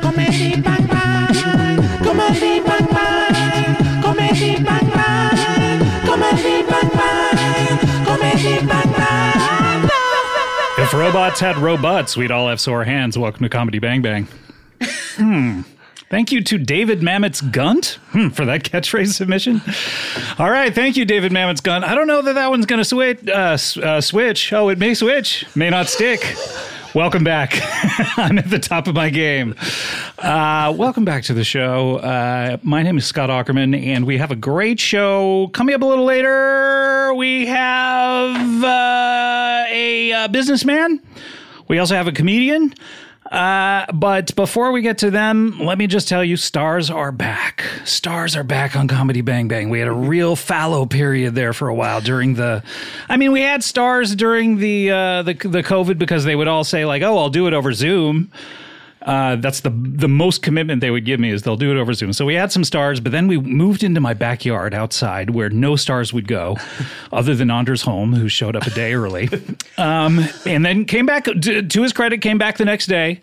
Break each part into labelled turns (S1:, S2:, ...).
S1: comedy bang bang, comedy bang bang, comedy bang bang, comedy bang bang.
S2: If robots had robots, we'd all have sore hands. Welcome to Comedy Bang Bang. hmm. Thank you to David Mamet's Gunt hmm, for that catchphrase submission. All right, thank you, David Mamet's Gunt. I don't know that that one's going to switch. Uh, s- uh, switch. Oh, it may switch, may not stick. Welcome back. I'm at the top of my game. Uh, welcome back to the show. Uh, my name is Scott Ackerman, and we have a great show coming up a little later. We have uh, a uh, businessman. We also have a comedian. Uh, but before we get to them, let me just tell you, stars are back. Stars are back on Comedy Bang Bang. We had a real fallow period there for a while during the. I mean, we had stars during the uh, the the COVID because they would all say like, "Oh, I'll do it over Zoom." Uh, that's the the most commitment they would give me is they'll do it over Zoom. So we had some stars, but then we moved into my backyard outside where no stars would go, other than Anders Holm, who showed up a day early, um, and then came back to, to his credit, came back the next day.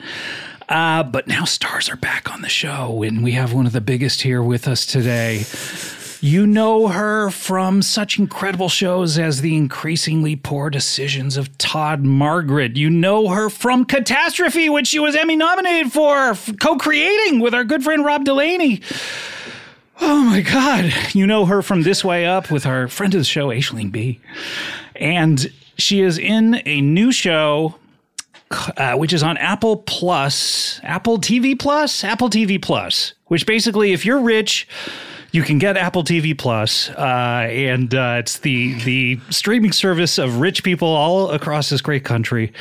S2: Uh, but now stars are back on the show, and we have one of the biggest here with us today. You know her from such incredible shows as The Increasingly Poor Decisions of Todd Margaret. You know her from Catastrophe, which she was Emmy nominated for, co creating with our good friend Rob Delaney. Oh my God. You know her from This Way Up with our friend of the show, Aisling B. And she is in a new show uh, which is on Apple Plus, Apple TV Plus, Apple TV Plus, which basically, if you're rich, you can get Apple TV Plus, uh, and uh, it's the the streaming service of rich people all across this great country.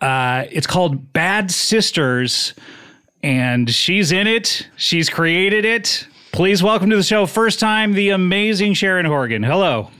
S2: Uh, it's called Bad Sisters, and she's in it. She's created it. Please welcome to the show, first time, the amazing Sharon Horgan. Hello,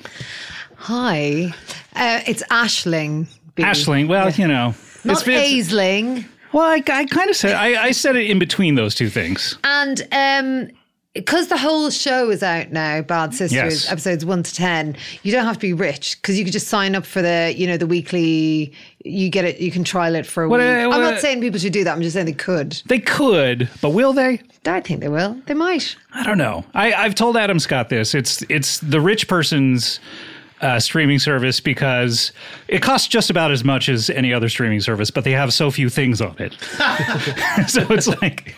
S3: Hi. Uh, it's Ashling. B.
S2: Ashling. Well, you know,
S3: Not
S2: it's been-
S3: Aisling.
S2: Well, I, I kind of said I, I said it in between those two things.
S3: And um, because the whole show is out now, Bad Sisters,
S2: Yes.
S3: episodes one to 10, you don't have to be rich because you can just sign up for the, you know, the weekly, you get it, you can trial it for a
S2: What,
S3: week.
S2: uh,
S3: I'm
S2: what-
S3: not saying people should do that. I'm just saying they could.
S2: They could, but will they?
S3: I think they will. They might.
S2: I don't know. I, I've told Adam Scott this. It's it's the rich person's uh, streaming service because it costs just about as much as any other streaming service, but they have so few things on it. so it's like,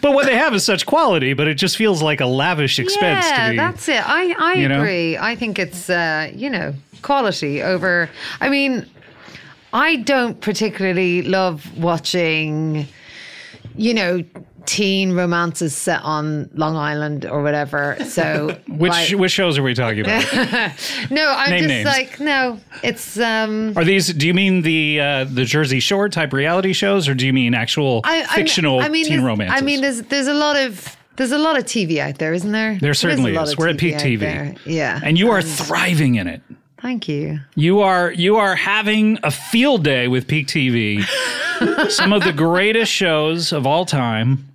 S2: but what they have is such quality, but it just feels like a lavish expense
S3: yeah,
S2: to me.
S3: that's it. I, I
S2: you know?
S3: agree. I think it's, uh, you know, quality over. I mean, I don't particularly love watching, you know, teen romances set on Long Island or whatever. So,
S2: which
S3: like-
S2: which shows are we talking about?
S3: no, I'm
S2: Name
S3: just
S2: names.
S3: like, no, it's, um,
S2: Are these? Do you mean the uh, the Jersey Shore type reality shows, or do you mean actual
S3: I, I'm-
S2: fictional
S3: I mean,
S2: teen
S3: there's-
S2: romances?
S3: I mean, there's, there's a lot of, there's a lot of TV out there, isn't there?
S2: there
S3: is
S2: certainly
S3: a lot
S2: is.
S3: of
S2: We're at peak
S3: out
S2: TV,
S3: there. Yeah.
S2: and you are thriving in it.
S3: Thank you.
S2: You are you are having a field day with peak TV. Some of the greatest shows of all time,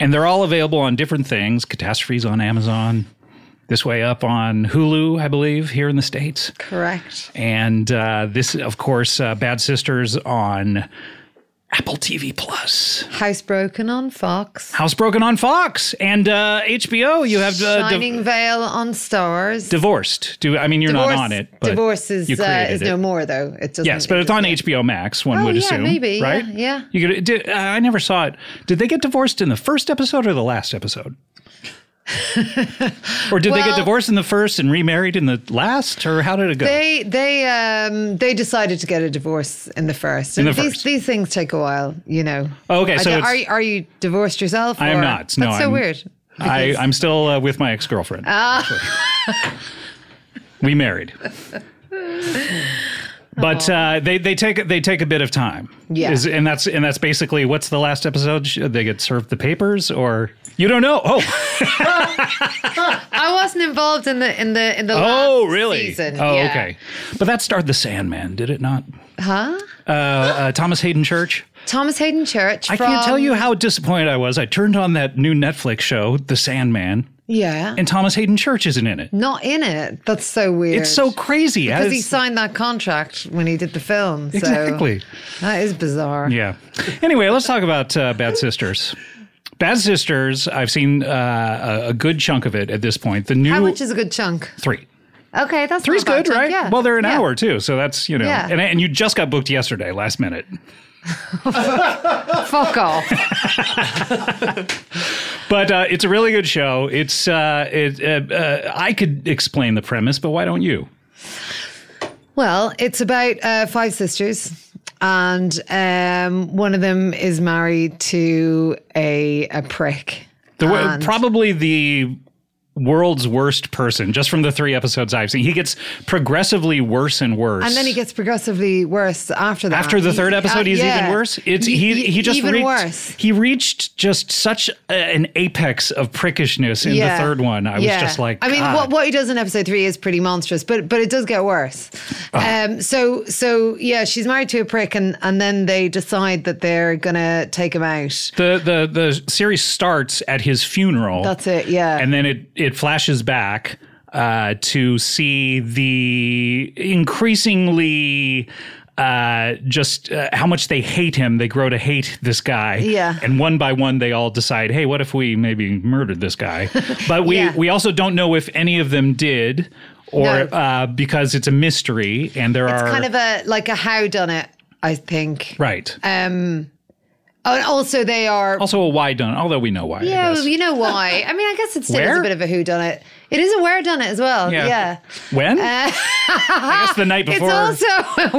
S2: and they're all available on different things. Catastrophes on Amazon. This way up on Hulu, I believe, here in the states.
S3: Correct.
S2: and uh, this, of course, uh, Bad Sisters on Apple TV Plus,
S3: Housebroken on Fox.
S2: Housebroken on Fox, and uh, HBO. You have uh, Div-
S3: Shining Veil on Stars.
S2: Divorced. Do I mean you're
S3: Divorce,
S2: not on it? But
S3: divorce is,
S2: you
S3: uh,
S2: created
S3: is
S2: it.
S3: no more though. It doesn't.
S2: Yes, but it's on HBO Max. One
S3: Oh,
S2: would
S3: yeah,
S2: assume,
S3: maybe, yeah,
S2: right?
S3: yeah.
S2: You could. Did, uh, I never saw it. Did they get divorced in the first episode or the last episode? or did they get
S3: Well-
S2: divorced in the first and remarried in the last, or how did it go?
S3: They they um they decided to get a divorce in the first. And
S2: the
S3: these
S2: first.
S3: these things take a while, you know.
S2: Okay,
S3: I
S2: so
S3: don't-
S2: it's-
S3: are you, are you divorced yourself?
S2: I am
S3: or-
S2: not. No,
S3: that's so
S2: I'm-
S3: weird.
S2: I,
S3: because- Ah.
S2: I'm still uh, with my ex girlfriend. we married. But uh, they they take they take a bit of time,
S3: Yeah.
S2: Is- and that's and that's basically what's the last episode? Sh- They get served the papers, or you don't know? Oh,
S3: I wasn't involved in the in the in the
S2: oh,
S3: last
S2: really?
S3: season.
S2: oh,
S3: yeah.
S2: okay. But that starred the Sandman, did it not?
S3: Huh?
S2: Uh, uh, Thomas Hayden Church.
S3: Thomas Hayden Church.
S2: I can't tell
S3: from-
S2: you how disappointed I was. I turned on that new Netflix show, The Sandman,
S3: Yeah.
S2: and Thomas Hayden Church isn't in it.
S3: not in it. That's so weird.
S2: It's so crazy.
S3: because he
S2: It's-
S3: signed that contract when he did the film. So
S2: Exactly.
S3: That is bizarre.
S2: Yeah. Anyway, let's talk about uh, Bad Sisters. Bad Sisters, I've seen uh, a, a good chunk of it at this point. The new
S3: How much is a good chunk?
S2: three.
S3: Okay, that's
S2: Three's
S3: not a bad
S2: good,
S3: chunk,
S2: right?
S3: Yeah.
S2: Well, they're an
S3: Yeah.
S2: hour too, so that's you know,
S3: Yeah.
S2: and, and you just got booked yesterday, last minute.
S3: Fuck off.
S2: But uh, it's a really good show. It's uh, it, uh, uh, I could explain the premise, but why don't you?
S3: well, it's about uh, five sisters, and um, one of them is married to a a prick.
S2: The, wo-
S3: And-
S2: probably the world's worst person, just from the three episodes I've seen. He gets progressively worse and worse,
S3: And then he gets progressively worse after that.
S2: After the
S3: He-
S2: third
S3: he-
S2: episode,
S3: uh,
S2: he's
S3: yeah.
S2: even worse. It's
S3: Y-
S2: he, he
S3: y-
S2: just
S3: even
S2: reached,
S3: worse.
S2: He reached just such a, an apex of prickishness in the third one. I
S3: Yeah.
S2: was just like, "Ah."
S3: I mean,
S2: God.
S3: what what he does in episode three is pretty monstrous, but but it does get worse.
S2: Ah.
S3: Um, so so yeah, she's married to a prick, and and then they decide that they're gonna take him out.
S2: the the the series starts at his funeral.
S3: That's it. Yeah.
S2: and then it it flashes back uh, to see the increasingly. Uh, just uh, how much they hate him. They grow to hate this guy.
S3: Yeah.
S2: And one by one, they all decide, hey, what if we maybe murdered this guy? But we
S3: Yeah.
S2: we also don't know if any of them did, or
S3: No.
S2: uh, because it's a mystery and there
S3: it's
S2: are
S3: kind of a like a how done it, I think.
S2: right.
S3: Um, oh, and also they are.
S2: also, a why done? Although we know why. I
S3: yeah,
S2: guess.
S3: well, you know why? I mean, I guess it still is
S2: Where?
S3: a bit of a who done it. It is a where done it as well.
S2: Yeah.
S3: Yeah.
S2: When? I guess the night
S3: It's
S2: before.
S3: also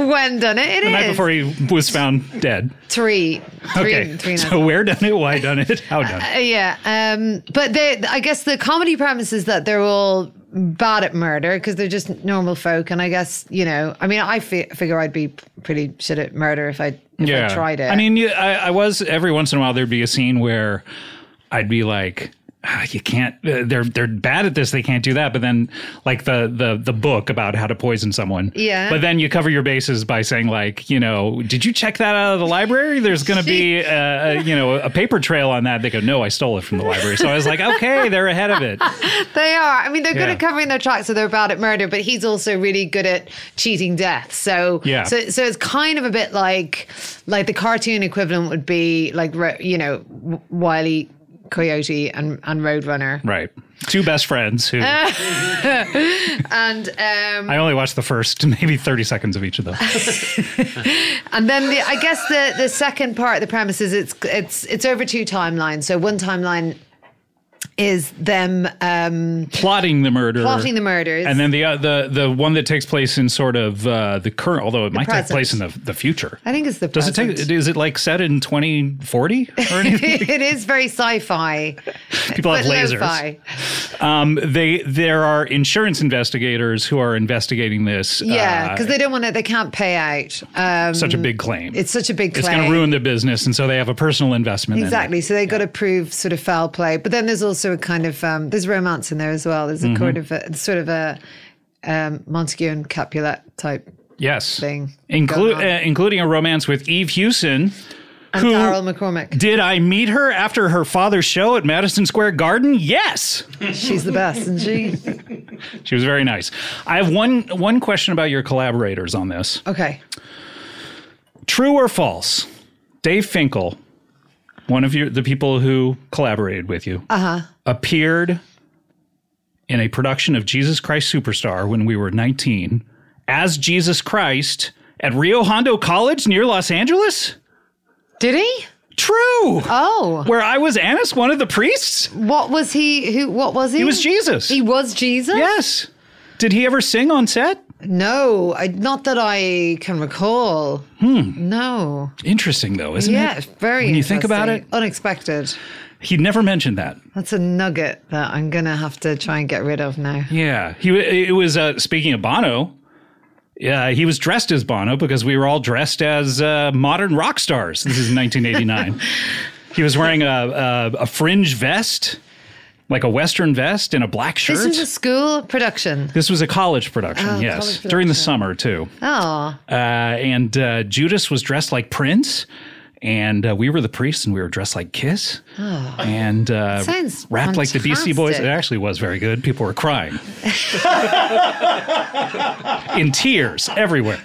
S3: a when done it. It is
S2: the night before he was found dead.
S3: three, three,
S2: Okay.
S3: three nights.
S2: so where done it? Why done it? How done
S3: Uh,
S2: it?
S3: yeah. Um, but they, I guess the comedy premise is that they're all bad at murder because they're just normal folk. And I guess, you know, I mean, I fi- figure I'd be pretty shit at murder if I, if I tried it.
S2: I mean, you- I, I was every once in a while there'd be a scene where I'd be like, "Ah, you can't. Uh, they're they're bad at this. They can't do that. But then, like the the the book about how to poison someone.
S3: Yeah.
S2: But then you cover your bases by saying like, you know, did you check that out of the library? There's going to be a, a you know a paper trail on that. They go, no, I stole it from the library. So I was like, okay, they're ahead of it.
S3: They are. I mean, they're good
S2: Yeah.
S3: at covering their tracks, so they're bad at murder. But he's also really good at cheating death. So
S2: Yeah.
S3: So so it's kind of a bit like like the cartoon equivalent would be like re- you know W- Wiley Coyote and, and Roadrunner.
S2: Right. Two best friends who
S3: And um,
S2: I only watched the first maybe 30 seconds of each of those.
S3: and then the, I guess the, the second part of the premise is it's it's it's over two timelines. So one timeline is them um,
S2: Plotting the murder.
S3: plotting the murders.
S2: And then the uh, the the one that takes place in sort of uh, the current, although it might
S3: present.
S2: take place in the, the future.
S3: I think it's the
S2: Does it take?
S3: present.
S2: Is it like set in 2040 or anything?
S3: it is very sci-fi,
S2: People
S3: but
S2: have lasers.
S3: lo-fi.
S2: Um, they there are insurance investigators who are investigating this.
S3: Yeah,
S2: uh,
S3: because they don't want to. They can't pay out. Um,
S2: such a big claim.
S3: it's such a big claim.
S2: It's going to ruin the business, and so they have a personal investment.
S3: Exactly. So they got to prove sort of foul play, but then there's also a kind of um, there's romance in there as well. There's a
S2: Mm-hmm.
S3: kind of a, sort of a um, Montague and Capulet type
S2: In it. Yes,
S3: thing
S2: Inclu-
S3: going on.
S2: uh, including a romance with Eve Hewson.
S3: and
S2: Who-
S3: Daryl McCormick.
S2: Did I meet her after her father's show at Madison Square Garden? Yes,
S3: She's the best, isn't she?
S2: she was very nice. I have one one question about your collaborators on this.
S3: Okay.
S2: True or false? Dave Finkel, one of your the people who collaborated with you, uh-huh. appeared in a production of Jesus Christ Superstar when we were 19 as Jesus Christ at Rio Hondo College near Los Angeles?
S3: Did he?
S2: True.
S3: Oh,
S2: Where I was Annas, one of the priests?
S3: what was he? Who? What was he?
S2: He was Jesus.
S3: He was Jesus.
S2: yes. Did he ever sing on set?
S3: No, I, not that I can recall. Hmm. No.
S2: Interesting though, isn't
S3: Yeah.
S2: it?
S3: Very.
S2: When you think about
S3: interesting. unexpected.
S2: He never mentioned that.
S3: That's a nugget that I'm gonna have to try and get rid of now.
S2: Yeah, he wa- it was uh, speaking of Bono. Yeah, he was dressed as Bono because we were all dressed as uh, modern rock stars. This is 1989. he was wearing a, a a fringe vest, like a western vest, and a black shirt.
S3: This was a school production.
S2: This was a college production,
S3: Oh,
S2: yes,
S3: college
S2: during the
S3: production.
S2: summer too.
S3: Oh,
S2: Uh, and uh, Judas was dressed like Prince, and uh, we were the priests, and we were dressed like Kiss, and uh,
S3: Oh. Sounds
S2: wrapped like the DC Boys. It
S3: fantastic.
S2: actually was very good. People were crying in tears everywhere.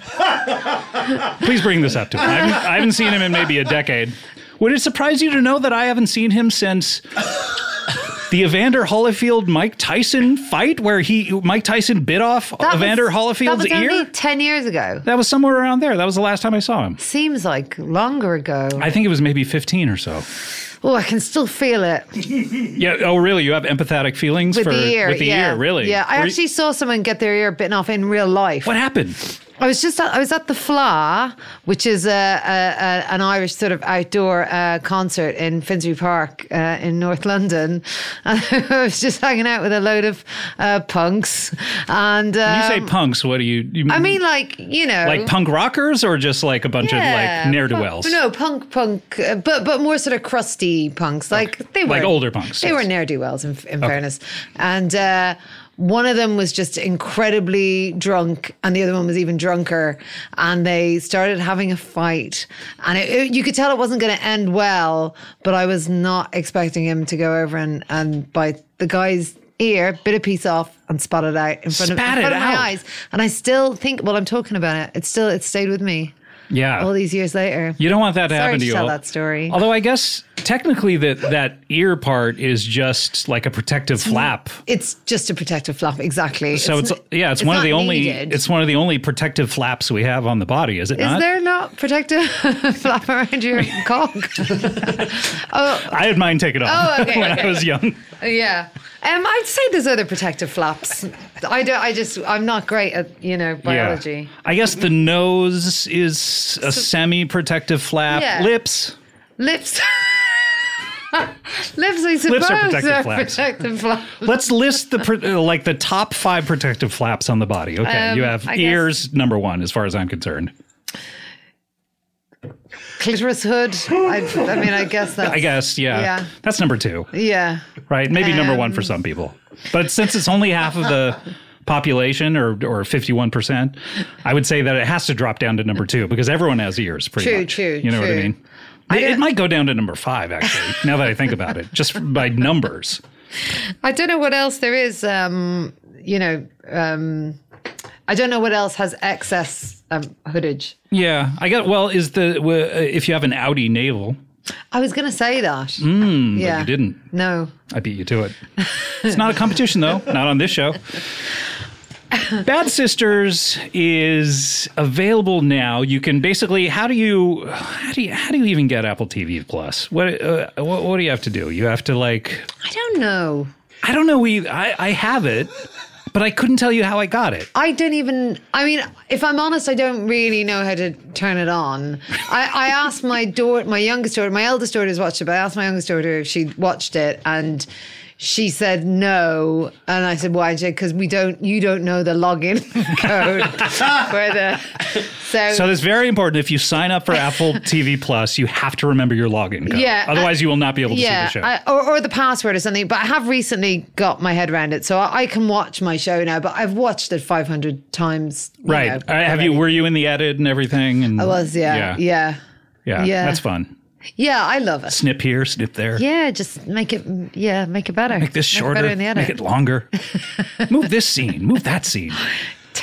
S2: Please bring this up to him. I haven't, I haven't seen him in maybe a decade. Would it surprise you to know that I haven't seen him since? The Evander Holyfield Mike Tyson fight, where he Mike Tyson bit off
S3: that
S2: Evander
S3: was-
S2: Holyfield's
S3: that was
S2: ear.
S3: only Ten years ago.
S2: That was somewhere around there. That was the last time I saw him.
S3: Seems like longer ago.
S2: I think it was maybe 15 or so.
S3: oh, I can still feel it
S2: Yeah. Oh, really? You have empathetic feelings
S3: with
S2: for
S3: the ear.
S2: with the
S3: yeah.
S2: ear, really?
S3: Yeah, I
S2: Were you-
S3: actually saw someone get their ear bitten off in real life.
S2: what happened?
S3: I was just at, I was at the Fla, which is a, a, a an Irish sort of outdoor uh, concert in Finsbury Park uh, in North London, and I was just hanging out with a load of uh, punks. And um,
S2: When you say punks, what do you? you
S3: I mean, like you know,
S2: like punk rockers or just like a bunch of like ne'er do wells?
S3: punk- No, punk, punk, uh, but but more sort of crusty punks. Like they were
S2: Like older punks,
S3: They
S2: yes.
S3: were ne'er do wells, in, in fairness. And uh, one of them was just incredibly drunk, and the other one was even drunker. And they started having a fight, and it, it- you could tell it wasn't going to end well. But I was not expecting him to go over and and bite the guy's. Ear, bit a piece off, and spat it out in front of, in
S2: Spat it
S3: front of my
S2: out.
S3: eyes, and I still think. Well, I'm talking about it. It's still it stayed with me
S2: Yeah.
S3: all these years later.
S2: you don't want that to
S3: Sorry
S2: happen to
S3: to
S2: you.
S3: tell that story.
S2: Although I guess technically that that ear part is just like a protective flap.
S3: It's just a protective flap, exactly.
S2: So it's, yeah, it's, one of
S3: not
S2: the only
S3: needed.
S2: it's one of the only protective flaps we have on the body, is it
S3: Is
S2: not?
S3: there not protective flap around your cock?
S2: I had mine taken off
S3: Oh, okay,
S2: when I
S3: okay.
S2: was young.
S3: yeah. Um, I'd say there's other protective flaps. I don't. I just. I'm not great at you know
S2: Yeah.
S3: biology.
S2: I guess the nose is a semi-protective flap.
S3: Yeah.
S2: Lips.
S3: Lips. Lips, I suppose,
S2: are protective
S3: are
S2: flaps.
S3: protective flaps.
S2: Let's list the pr- uh, like the top five protective flaps on the body. Okay,
S3: Um,
S2: you have
S3: I guess-
S2: ears number one, as far as I'm concerned.
S3: Clitoris hood. I, I mean, I guess that's.
S2: I guess yeah,
S3: Yeah. Um,
S2: that's number two,
S3: Yeah.
S2: right? Maybe number one for some people, but since it's only half of the population or or 51%, I would say that it has to drop down to number two because everyone has ears. Pretty
S3: True,
S2: much.
S3: true,
S2: You know what I
S3: true.
S2: mean? It- it might go down to number five actually. now that I think about it, just by numbers.
S3: I don't know what else there is. Um, you know, um, I don't know what else has excess um, hoodage.
S2: Yeah, I got. Well, is the w- uh, if you have an Audi navel,
S3: I was going to say that. yeah.
S2: Hmm, You didn't.
S3: No.
S2: I beat you to it. It's not a competition, though. Not on this show. Bad Sisters is available now. You can basically how do you how do you how do you even get Apple TV Plus? What uh, what, what do you have to do? You have to like
S3: I don't know.
S2: I don't know. We I, I have it, but I couldn't tell you how I got it.
S3: I don't even. I mean, if I'm honest, I don't really know how to turn it on. I, I asked my daughter, my youngest daughter, my eldest daughter's watched it, but I asked my youngest daughter if she'd watched it, and she said no. And I said, why? Because we don't, you don't know the login code for the. So,
S2: So that's very important. If you sign up for Apple TV Plus, you have to remember your login code.
S3: Yeah,
S2: Otherwise, you will not be able to
S3: yeah,
S2: see the show.
S3: I, or, or the password or something. But I have recently got my head around it, so I, I can watch my show now. But I've watched it 500 times. you
S2: right?
S3: know,
S2: Uh, have you?
S3: already.
S2: Were you in the edit and everything? And
S3: I was, yeah,
S2: yeah,
S3: yeah,
S2: yeah.
S3: yeah.
S2: That's fun.
S3: yeah. I love it.
S2: Snip here, snip there.
S3: Yeah, just make it. Yeah, make it better.
S2: Make this shorter.
S3: It better in the edit.
S2: Make it longer. move this scene. Move that scene.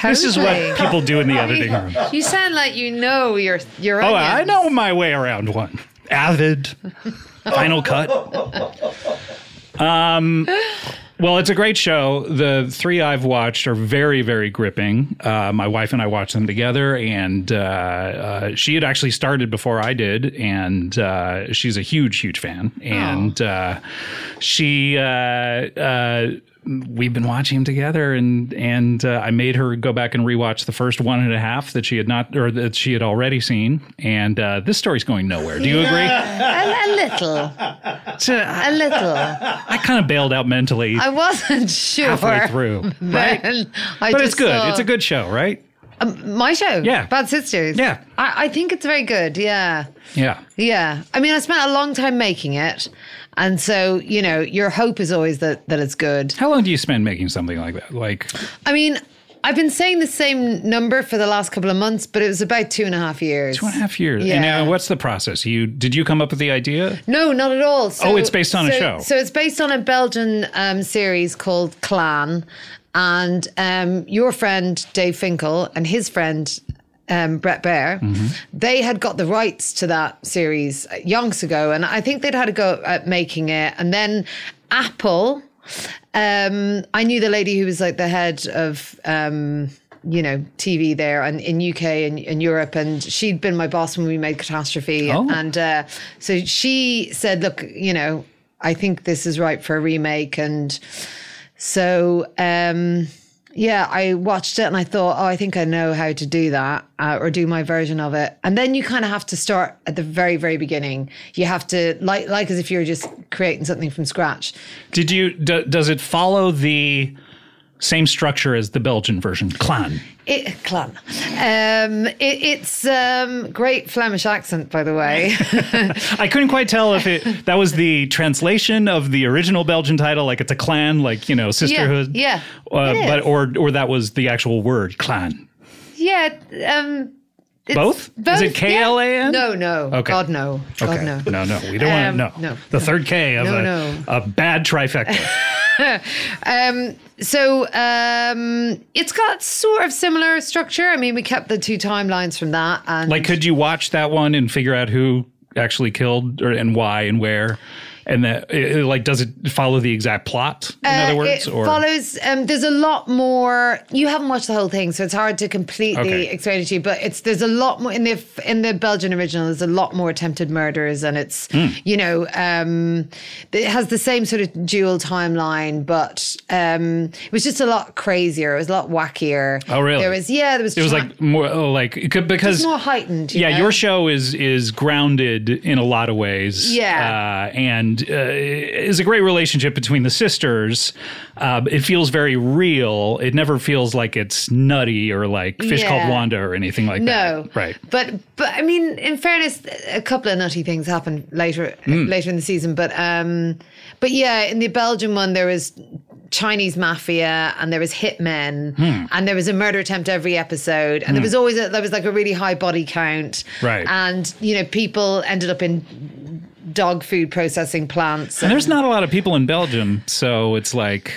S2: This is what
S3: Totally.
S2: people do in the editing room.
S3: You, you sound like you know your your.
S2: Oh,
S3: onions.
S2: I know my way around one. Avid, Final Cut. Um, well, it's a great show. The three I've watched are very, very gripping. Uh, my wife and I watched them together, and uh, uh, she had actually started before I did, and uh, she's a huge, huge fan. And uh, she. Uh, uh, We've been watching them together, and and uh, I made her go back and rewatch the first one and a half that she had not or that she had already seen, and uh, this story's going nowhere. Do you agree?
S3: A, a little,
S2: It's, uh,
S3: a little.
S2: I kind of bailed out mentally
S3: I wasn't sure.
S2: halfway through.
S3: Then
S2: But
S3: I just
S2: it's good.
S3: saw-
S2: It's a good show, right?
S3: my show.
S2: Yeah.
S3: Bad Sisters.
S2: Yeah.
S3: I, I think it's very good. Yeah.
S2: Yeah.
S3: Yeah. I mean, I spent a long time making it. And so, you know, your hope is always that, that it's good.
S2: How long do you spend making something like that? Like,
S3: I mean, I've been saying the same number for the last couple of months, but it was about two and a half years.
S2: two and a half years.
S3: Yeah.
S2: And now, what's the process? You did you come up with the idea?
S3: No, not at all. So,
S2: Oh, it's based on a
S3: so-
S2: show.
S3: So it's based on a Belgian um, series called Clan, and um, your friend Dave Finkel and his friend. Um, Brett Baer,
S2: Mm-hmm.
S3: they had got the rights to that series yonks ago, and I think they'd had a go at making it. And then Apple, um, I knew the lady who was like the head of um, you know TV there, and in UK and, and Europe, and she'd been my boss when we made Catastrophe,
S2: Oh.
S3: and uh, so she said, "Look, you know, I think this is right for a remake," and so. Um, yeah, I watched it and I thought, oh, I think I know how to do that uh, or do my version of it. And then you kind of have to start at the very, very beginning. You have to, like, like as if you're just creating something from scratch.
S2: Did you? D- does it follow the same structure as the Belgian version? Clan.
S3: It, clan. Um, it, it's um, great Flemish accent, by the way.
S2: I couldn't quite tell if it that was the translation of the original Belgian title, like it's a clan, like you know, sisterhood.
S3: yeah,
S2: Uh,
S3: it
S2: but
S3: is.
S2: or or that was the actual word clan.
S3: yeah. Um, it's
S2: Both? Is it
S3: yeah.
S2: K-L-A-N?
S3: No, no.
S2: Okay.
S3: God no. God
S2: Okay.
S3: Oh, no.
S2: no, no, we don't
S3: Um,
S2: want to know.
S3: no.
S2: The third K of
S3: No,
S2: a,
S3: no.
S2: a bad trifecta.
S3: Um, so um, it's got sort of similar structure. I mean, we kept the two timelines from that, and
S2: like, could you watch that one and figure out who actually killed or, and why and where? And that, it, it, like, does it follow the exact plot? In
S3: Uh,
S2: other words,
S3: it
S2: or
S3: follows. Um, there's a lot more. You haven't watched the whole thing, so it's hard to completely
S2: Okay.
S3: explain it to you. But it's there's a lot more in the in the Belgian original. There's a lot more attempted murders, and it's
S2: Hmm.
S3: you know um, it has the same sort of dual timeline, but um, it was just a lot crazier. It was a lot wackier.
S2: Oh, really?
S3: There was yeah. There was
S2: it was
S3: tra-
S2: like more oh, like it could- because
S3: it's more heightened. you
S2: yeah,
S3: know?
S2: your show is is grounded in a lot of ways.
S3: Yeah.
S2: uh, and uh, is a great relationship between the sisters. Uh, it feels very real. It never feels like it's nutty or like Fish Called
S3: Yeah.
S2: Wanda or anything like
S3: No,
S2: that. Right.
S3: But but I mean, in fairness, a couple of nutty things happen later
S2: Hmm.
S3: later in the season. But um, but yeah, in the Belgian one, there was Chinese mafia and there was hitmen
S2: Hmm.
S3: and there was a murder attempt every episode and there was always a, there was like a really high body count.
S2: Right.
S3: And you know, people ended up in dog food processing plants.
S2: And there's not a lot of people in Belgium, so it's like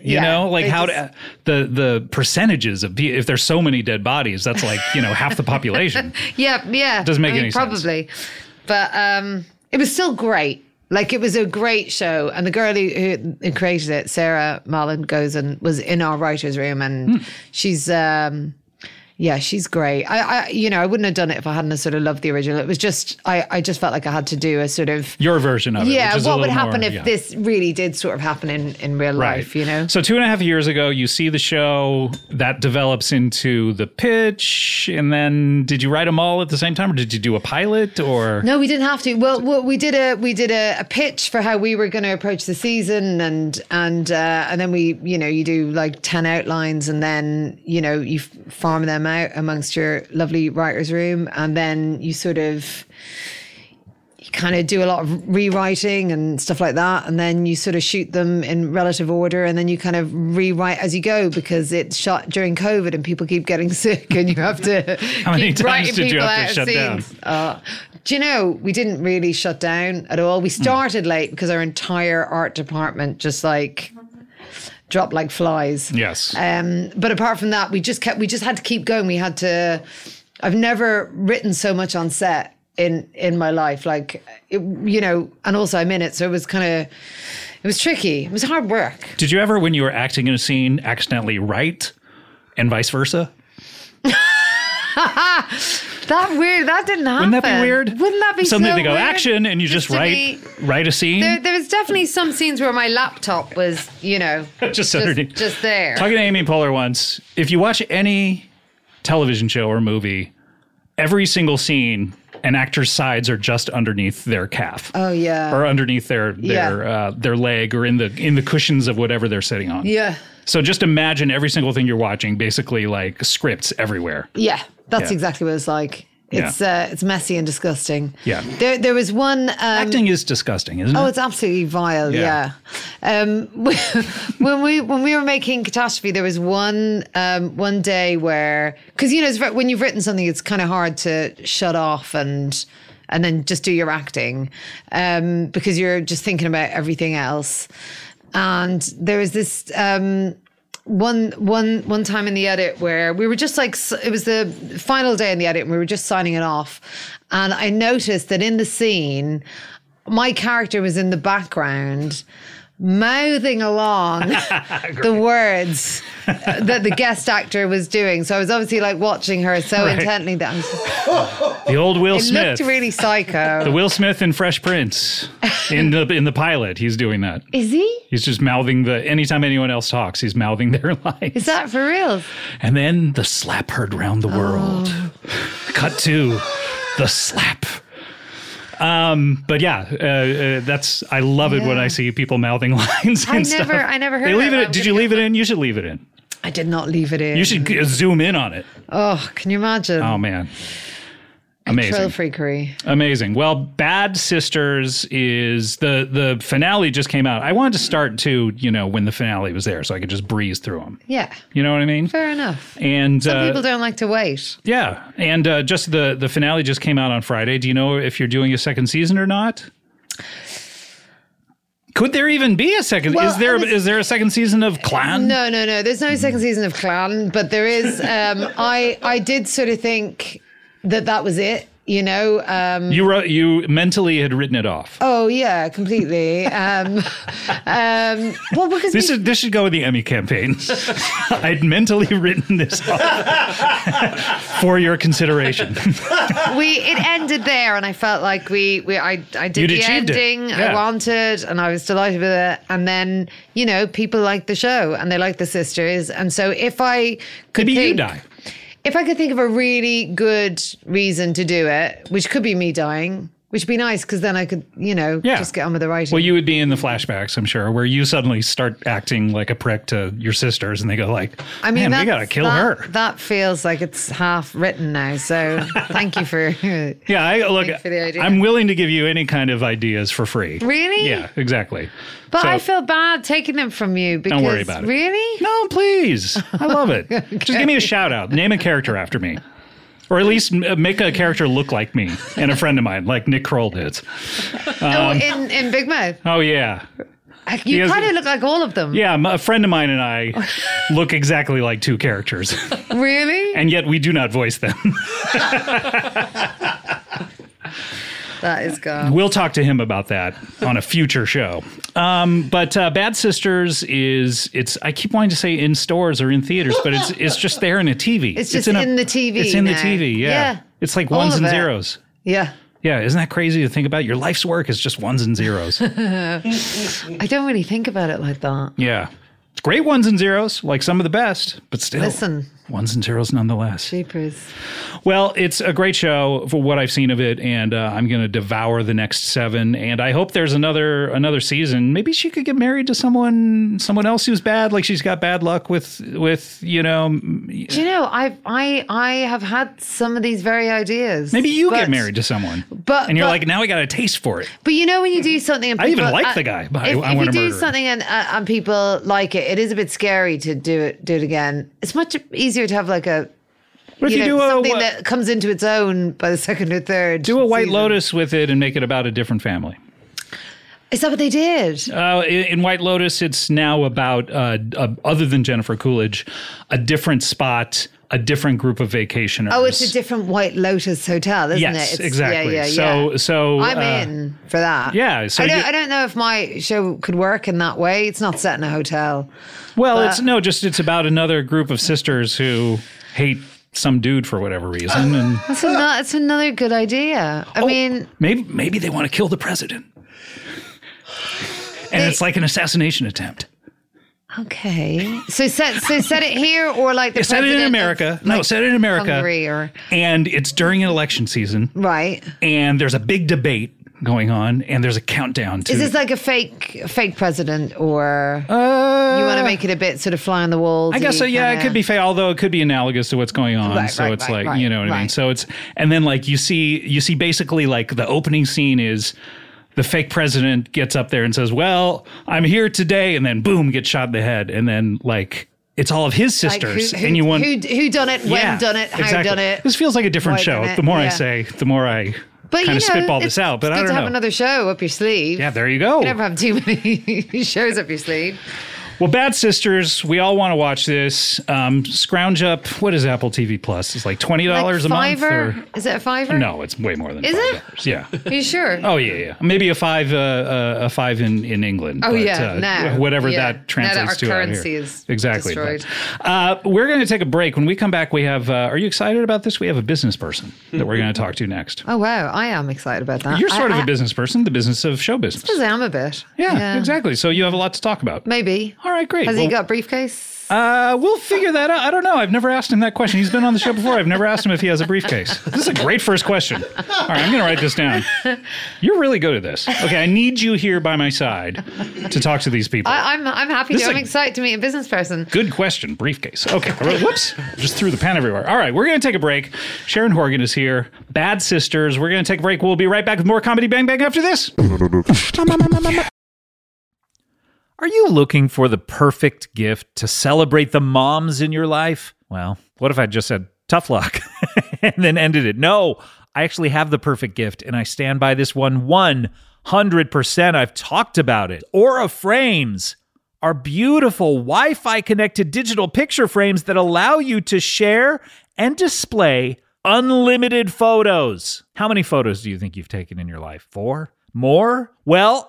S2: you
S3: Yeah,
S2: know, like
S3: they
S2: how
S3: just-
S2: to, the the percentages of pe- if there's so many dead bodies, that's like you know half the population.
S3: yeah, yeah.
S2: Doesn't make
S3: I mean,
S2: any sense.
S3: probably. But um, it was still great. Like it was a great show, and the girl who, who- who created it, Sarah Marlin, goes and was in our writers' room, and
S2: Hmm.
S3: she's, um, yeah, she's great. I, I, you know, I wouldn't have done it if I hadn't sort of loved the original. It was just, I, I just felt like I had to do a sort of,
S2: Your version of it.
S3: yeah,
S2: which is a
S3: what would
S2: little
S3: happen
S2: more-
S3: if
S2: yeah.
S3: this really did sort of happen in in real life? You know,
S2: So two and a half years ago, you see the show that develops into the pitch, and then did you write them all at the same time, or did you do a pilot? Or
S3: No, we didn't have to. Well, well we did a we did a, a pitch for how we were going to approach the season, and and uh, and then we, you know, you do like ten outlines, and then you know you f- farm them out amongst your lovely writers' room, and then you sort of you kind of do a lot of rewriting and stuff like that, and then you sort of shoot them in relative order, and then you kind of rewrite as you go because it's shot during COVID and people keep getting sick, and you have to
S2: How many
S3: keep
S2: times
S3: writing
S2: did you
S3: people
S2: have to
S3: out of
S2: shut down?
S3: scenes. Uh, do you know, we didn't really shut down at all. We
S2: Hmm.
S3: started late because our entire art department just like dropped like flies.
S2: yes,
S3: Um, but apart from that, we just kept. We just had to keep going. We had to. I've never written so much on set in in my life. Like, it, you know, and also I'm in it, so it was kind of. It was tricky. It was hard work.
S2: did you ever, when you were acting in a scene, accidentally write, and vice versa?
S3: That weird. That didn't happen.
S2: Wouldn't that be weird?
S3: Wouldn't that be
S2: suddenly
S3: so
S2: they go
S3: weird?
S2: action, and you just,
S3: to
S2: write
S3: be-
S2: write a scene?
S3: There, there was definitely some scenes where my laptop was, you know,
S2: just underneath.
S3: just there.
S2: Talking to Amy Poehler once, if you watch any television show or movie, every single scene, an actor's sides are just underneath their calf.
S3: oh yeah,
S2: or underneath their
S3: Yeah.
S2: their uh, their leg or in the in the cushions of whatever they're sitting on.
S3: yeah,
S2: So just imagine every single thing you're watching, basically like scripts everywhere.
S3: yeah. That's
S2: Yeah.
S3: exactly what it's like. It's uh, it's messy and disgusting.
S2: Yeah.
S3: There there was one. Um,
S2: Acting is disgusting, isn't
S3: Oh,
S2: it?
S3: it's absolutely vile.
S2: Yeah.
S3: Yeah. Um, when we when we were making catastrophe, there was one um, one day where because you know it's, ve- when you've written something, it's kind of hard to shut off and and then just do your acting um, because you're just thinking about everything else. And there was this. Um, one one one time in the edit where we were just like s- it was the final day in the edit and we were just signing it off and i noticed that in the scene my character was in the background mouthing along the words uh, that the guest actor was doing so i was obviously like watching her so
S2: Right.
S3: intently that I was,
S2: the old Will
S3: it
S2: Smith.
S3: looked really psycho
S2: the Will Smith in Fresh Prince in the in the pilot, he's doing that.
S3: is he
S2: He's just mouthing the anytime anyone else talks, he's mouthing their lines.
S3: is that for real
S2: And then the slap heard round the world.
S3: Oh.
S2: Cut to the slap. Um, but yeah, uh, uh, that's I love it when
S3: Yeah.
S2: I see people mouthing lines.
S3: I
S2: and stuff.
S3: never- I never heard
S2: They
S3: that,
S2: leave
S3: but
S2: it.
S3: I'm
S2: Did
S3: gonna
S2: you
S3: go
S2: leave it in? You should leave it in.
S3: i did not leave it in
S2: You should g- zoom in on it.
S3: oh can you imagine
S2: Oh man,
S3: trail
S2: amazing,
S3: freakery
S2: amazing. Well, Bad Sisters is the the finale just came out. I wanted to start to you know when the finale was there, so I could just breeze through them.
S3: yeah
S2: You know what I mean?
S3: fair enough
S2: And
S3: Some
S2: uh,
S3: people don't like to wait.
S2: Yeah, and uh, just the the finale just came out on Friday. Do you know if you're doing a second season or not? Could there even be a second?
S3: Well,
S2: is there
S3: I was-
S2: is there a second season of Clan?
S3: No, no, no. There's no second season of Clan, but there is. Um, I I did sort of think that that was it. You know. Um,
S2: You wrote you mentally had written it off.
S3: oh yeah, completely. Um, um, well, because
S2: This
S3: we-
S2: is this should go in the Emmy campaign. I'd mentally written this off for your consideration.
S3: we it ended there, and I felt like we we I I did
S2: You'd
S3: the
S2: achieved it.
S3: ending
S2: Yeah.
S3: I wanted, and I was delighted with it. And then you know people like the show, and they like the sisters, and so if I could
S2: Maybe you
S3: think-
S2: die.
S3: if I could think of a really good reason to do it, which could be me dying, which would be nice because then I could, you know,
S2: Yeah.
S3: just get on with the writing.
S2: Well, you would be in the flashbacks, I'm sure, where you suddenly start acting like a prick to your sisters, and they go like,
S3: I
S2: "Man,
S3: mean,
S2: we
S3: that's-
S2: gotta kill
S3: that,
S2: her."
S3: That feels like it's half written now. So thank you for.
S2: Yeah, I look.
S3: Thanks for the idea.
S2: I'm willing to give you any kind of ideas for free.
S3: Really?
S2: Yeah, exactly.
S3: But
S2: So-
S3: I feel bad taking them from you because.
S2: worry about it.
S3: Really?
S2: No, please. I love it. Just give me a shout out. Name a character after me. Or at least m- make a character look like me and a friend of mine, like Nick Kroll did. Um,
S3: oh, in, in Big Mouth.
S2: Oh, yeah.
S3: You
S2: Yes.
S3: kind of look like all of them.
S2: Yeah, m- a friend of mine and I look exactly like two characters,
S3: Really?
S2: and yet we do not voice them.
S3: That is gone.
S2: We'll talk to him about that on a future show. Um, but uh, Bad Sisters is it's I keep wanting to say in stores or in theaters, but it's it's just there in a TV.
S3: It's just in the TV
S2: It's in the
S3: now.
S2: TV. Yeah,
S3: Yeah.
S2: it's like
S3: All
S2: ones
S3: of
S2: and
S3: it.
S2: zeros.
S3: Yeah.
S2: Yeah, isn't that crazy to think about? Your life's work is just ones and zeros.
S3: I don't really think about it like that.
S2: yeah, it's great ones and zeros, like some of the best, but still
S3: Listen.
S2: ones and zeros nonetheless.
S3: Jeepers.
S2: Well, it's a great show for what I've seen of it, and uh, I'm going to devour the next seven. And I hope there's another another season. Maybe she could get married to someone someone else who's bad, like she's got bad luck with with you know. m-
S3: Do you know, I've, I I have had some of these very ideas.
S2: Maybe you get
S3: but-
S2: married to someone,
S3: but-
S2: and you're
S3: but-
S2: like, now I got a taste for it.
S3: But you know when you do something and
S2: I even
S3: people, uh,
S2: like the guy, but I-
S3: if,
S2: I
S3: if
S2: wanna
S3: you do
S2: murder him.
S3: something and uh, and people like it, it is a bit scary to do it do it again. It's much easier to have like a
S2: But if
S3: you
S2: you,
S3: know,
S2: do
S3: something
S2: a wh-
S3: that comes into its own by the second or third.
S2: do a White
S3: season.
S2: Lotus with it and make it about a different family.
S3: Is that what they did?
S2: Uh, in, in White Lotus, it's now about uh, uh, other than Jennifer Coolidge, a different spot, a different group of vacationers.
S3: oh, it's a different White Lotus hotel, isn't
S2: Yes,
S3: it? It's,
S2: exactly. So- so,
S3: I'm
S2: uh,
S3: in for that.
S2: yeah, so
S3: I don't,
S2: you-
S3: I don't know if my show could work in that way. It's not set in a hotel.
S2: Well,
S3: Uh,
S2: it's no, just it's about another group of sisters who hate some dude for whatever reason, and
S3: That's, ano- that's another good idea.
S2: Oh,
S3: I mean,
S2: maybe maybe they want to kill the president, and it's like an assassination attempt.
S3: okay. So set so set it here or like the
S2: Set it in
S3: president of
S2: America. no, set it in America,
S3: Hungary or
S2: and it's during an election season,
S3: right.
S2: and there's a big debate going on, and there's a countdown to.
S3: Is this like a fake fake president or
S2: Uh,
S3: you want to make it a bit sort of fly on the walls?
S2: I guess so. Yeah, it could be fake, although it could be analogous to what's going on.
S3: Right,
S2: so
S3: right,
S2: it's
S3: right,
S2: like
S3: right,
S2: you know what I mean.
S3: right.
S2: So it's and then like you see you see basically like the opening scene is the fake president gets up there and says, "Well, I'm here today," and then boom, gets shot in the head, and then like it's all of his sisters, and you want
S3: who, who done it, when
S2: yeah,
S3: done it, how
S2: exactly.
S3: done it.
S2: This feels like a different
S3: why
S2: show.
S3: done it,
S2: The more I
S3: yeah.
S2: say, the more I kind
S3: But you know,
S2: of spitball this
S3: it's-
S2: out. But I
S3: it's good
S2: don't
S3: to
S2: know.
S3: have another show up your sleeve.
S2: yeah, there you go.
S3: You never have too many shows up your sleeve.
S2: Well, Bad Sisters, we all want to watch this. Um, scrounge up. What is Apple TV Plus? It's like twenty dollars
S3: like
S2: a month.
S3: fiver?
S2: Or,
S3: Is it a fiver?
S2: no, it's way more than.
S3: Is it?
S2: $5. Yeah.
S3: Are you sure?
S2: Oh yeah, yeah. Maybe a five, uh, uh, a five in in England. uh,
S3: Oh, yeah, now.
S2: whatever
S3: Yeah. Now
S2: that
S3: that
S2: translates
S3: our
S2: to out
S3: currency
S2: here.
S3: is
S2: exactly. but,
S3: destroyed.
S2: uh, we're going to take a break. When we come back, we have. Uh, are you excited about this? We have a business person that we're going to talk to next.
S3: Oh, wow. I am excited about that.
S2: You're sort
S3: I,
S2: of a
S3: I-
S2: business person, the business of show business.
S3: I am a bit.
S2: Yeah, exactly. So you have a lot to talk about.
S3: Maybe.
S2: All right, great.
S3: Has he
S2: Well-
S3: got a briefcase?
S2: Uh, we'll figure that out. I don't know. I've never asked him that question. He's been on the show before. I've never asked him if he has a briefcase. This is a great first question. All right, I'm going to write this down. You're really good at this. Okay, I need you here by my side to talk to these people.
S3: I, I'm, I'm happy
S2: This
S3: to.
S2: is
S3: I'm
S2: a-
S3: excited to meet a business person.
S2: Good question. Briefcase. Okay. I wrote- Whoops. Just threw the pen everywhere. All right. We're going to take a break. Sharon Horgan is here. Bad Sisters. We're going to take a break. We'll be right back with more Comedy Bang Bang after this.
S4: Are you looking for the perfect gift to celebrate the moms in your life? Well, what if I just said tough luck and then ended it? No, I actually have the perfect gift and I stand by this one 100%. I've talked about it. Aura Frames are beautiful Wi Fi connected digital picture frames that allow you to share and display unlimited photos. How many photos do you think you've taken in your life? Four? More? Well,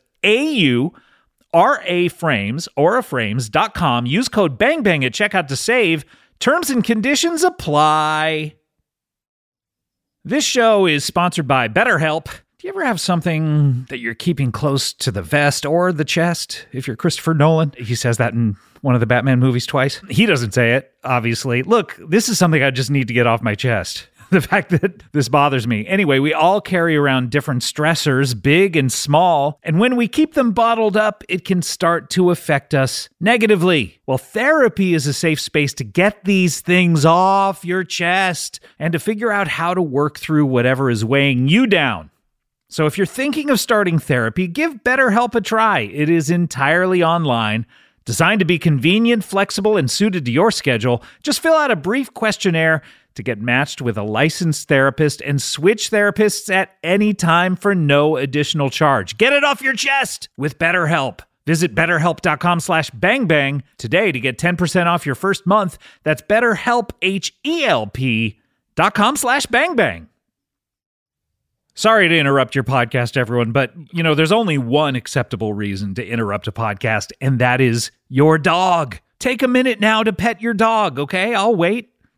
S4: AU RA Frames, auraframes.com. Use code BANGBANG at checkout to save. Terms and conditions apply. This show is sponsored by BetterHelp.
S2: Do you ever have something that you're keeping close to the vest or the chest? If you're Christopher Nolan, he says that in one of the Batman movies twice. He doesn't say it, obviously. Look, this is something I just need to get off my chest. The fact that this bothers me. Anyway, we all carry around different stressors, big and small, and when we keep them bottled up, it can start to affect us negatively. Well, therapy is a safe space to get these things off your chest and to figure out how to work through whatever is weighing you down. So if you're thinking of starting therapy, give BetterHelp a try. It is entirely online, designed to be convenient, flexible, and suited to your schedule. Just fill out a brief questionnaire to get matched with a licensed therapist and switch therapists at any time for no additional charge. Get it off your chest with BetterHelp. Visit betterhelp.com slash bangbang today to get 10% off your first month. That's betterhelp, H-E-L-P dot com slash bangbang. Sorry to interrupt your podcast, everyone, but you know, there's only one acceptable reason to interrupt a podcast, and that is your dog. Take a minute now to pet your dog, okay? I'll wait.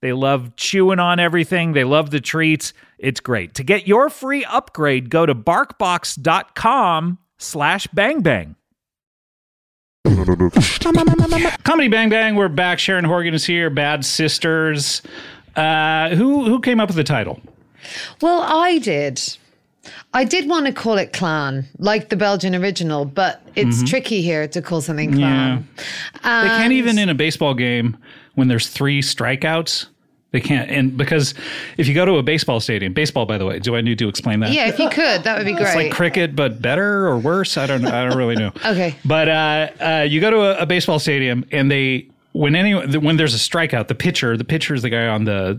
S2: They love chewing on everything. They love the treats. It's great. To get your free upgrade, go to barkbox.com slash bangbang.
S4: Comedy Bang Bang, we're back. Sharon Horgan is here. Bad Sisters. Uh, who who came up with the title?
S3: Well, I did. I did want to call it clan, like the Belgian original, but it's tricky here to call something Um, clan.
S4: Mm-hmm. They can't even in a baseball game when there's three strikeouts. They can't, and because if you go to a baseball stadium, baseball, by the way, do I need to explain that?
S3: Yeah, if you could, that would be
S4: It's like
S3: great.
S4: cricket, but better or worse. I don't. I don't really know.
S3: Okay.
S4: But uh, uh, you go to a, a baseball stadium, and they when any when there's a strikeout, the pitcher, the pitcher is the guy on the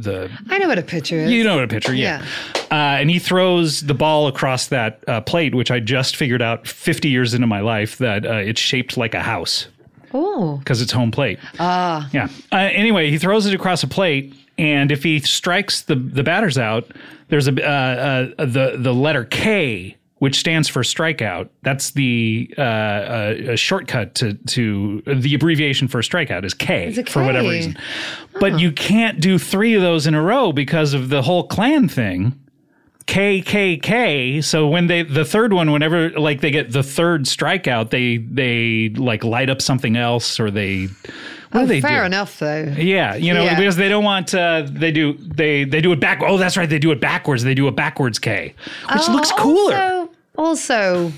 S4: the
S3: I know what a pitcher
S4: the.
S3: is.
S4: You know what a pitcher, yeah. Uh, and he throws the ball across that uh, plate, which I just figured out 50 years into my life that uh, it's shaped like a house
S3: Oh,
S4: because it's home plate. Ah. Yeah. Uh, anyway, he throws it across a plate, and if he strikes the the batters out, there's a uh, uh, the the letter K, which stands for strikeout. That's the uh, uh, a shortcut to to the abbreviation for strikeout is K,
S3: a
S4: for whatever
S3: K.
S4: reason. But you can't do three of those in a row because of the whole clan thing. KKK. So when they the third one, whenever like they get the third strikeout, they they like light up something else or they what do they
S3: Oh, fair
S4: do?
S3: enough, though.
S4: Yeah, you know
S3: Yeah.
S4: because they don't want uh, they do they they do it back. Oh, that's right, they do it backwards. They do a backwards K, which looks cooler.
S3: Oh, Also, also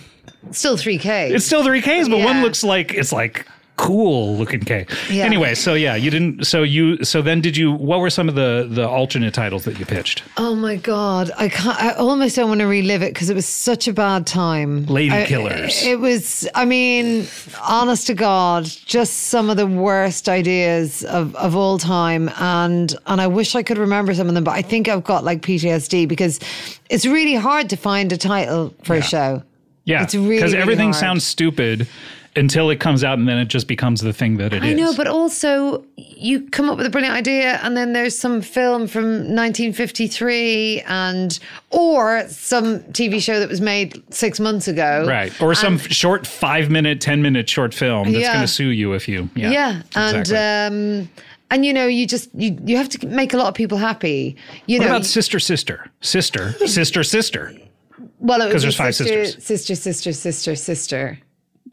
S3: still 3K.
S4: it's still three Ks, but one
S3: Yeah.
S4: looks like it's like cool looking K.
S3: Yeah.
S4: Anyway, so yeah, you didn't. So you so then did you? What were some of the the alternate titles that you pitched?
S3: oh my God. I can't, I almost don't want to relive it because it was such a bad time.
S4: Lady
S3: I-
S4: Killers.
S3: It was, I mean, honest to God, just some of the worst ideas of, of all time. And, and I wish I could remember some of them, but I think I've got like PTSD because it's really hard to find a title for a show.
S4: Yeah,
S3: It's really, really
S4: everything
S3: hard.
S4: sounds stupid until it comes out, and then it just becomes the thing that it is.
S3: I know, but also you come up with a brilliant idea, and then there's some film from 1953, and or some TV show that was made six months ago,
S4: right, or some f- short five minute, ten minute short film that's
S3: Yeah.
S4: going to sue you if you. Yeah,
S3: Yeah,
S4: exactly.
S3: and um, and you know, you just you you have to make a lot of people happy. You
S4: what
S3: know,
S4: about sister, sister, sister, sister, sister?
S3: well, it was
S4: 'Cause there's
S3: your
S4: five
S3: sister,
S4: sisters.
S3: sister, sister, sister, sister.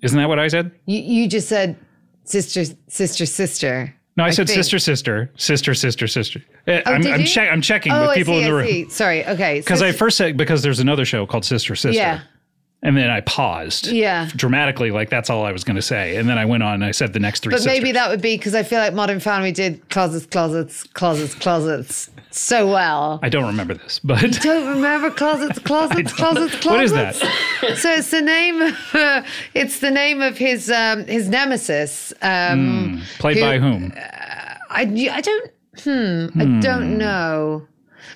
S4: Isn't that what I said?
S3: You you just said sister, sister, sister.
S4: No, I, said
S3: think. Oh,
S4: sister, sister, sister, sister, sister. Eh, I'm,
S3: did
S4: I'm,
S3: you?
S4: check, I'm checking
S3: Oh,
S4: with
S3: I
S4: people
S3: see,
S4: in the
S3: I
S4: room
S3: see. Sorry, okay,
S4: because I
S3: Sister-
S4: first said because there's another show called Sister, Sister.
S3: yeah.
S2: And then I paused.
S3: Yeah.
S2: Dramatically, like that's all I was going to say. And then I went on and I said the next three
S3: But maybe
S2: sisters.
S3: that would be because I feel like Modern Family did closets, closets, closets, closets so well.
S2: I don't remember this, but
S3: don't remember closets, closets, closets, closets.
S2: What is that?
S3: so it's the name. Of, it's the name of his um, his nemesis. Um,
S2: played
S3: Who-
S2: by whom?
S3: I I don't. Hmm, I don't know.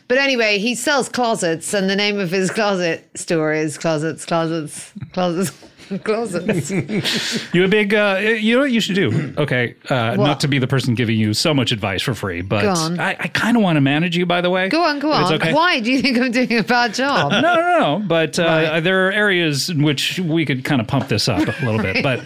S3: But anyway, he sells closets, and the name of his closet store is closets, closets, closets, closets.
S2: You a big, uh, you know what you should do? Okay. Uh, not to be the person giving you so much advice for free, but
S3: Go on.
S2: I, I kind of want to manage you, by the way.
S3: Go on, go
S2: If
S3: on.
S2: It's okay.
S3: Why do you think I'm doing a bad job?
S2: No, no, no. But uh, there are areas in which we could kind of pump this up a little bit. But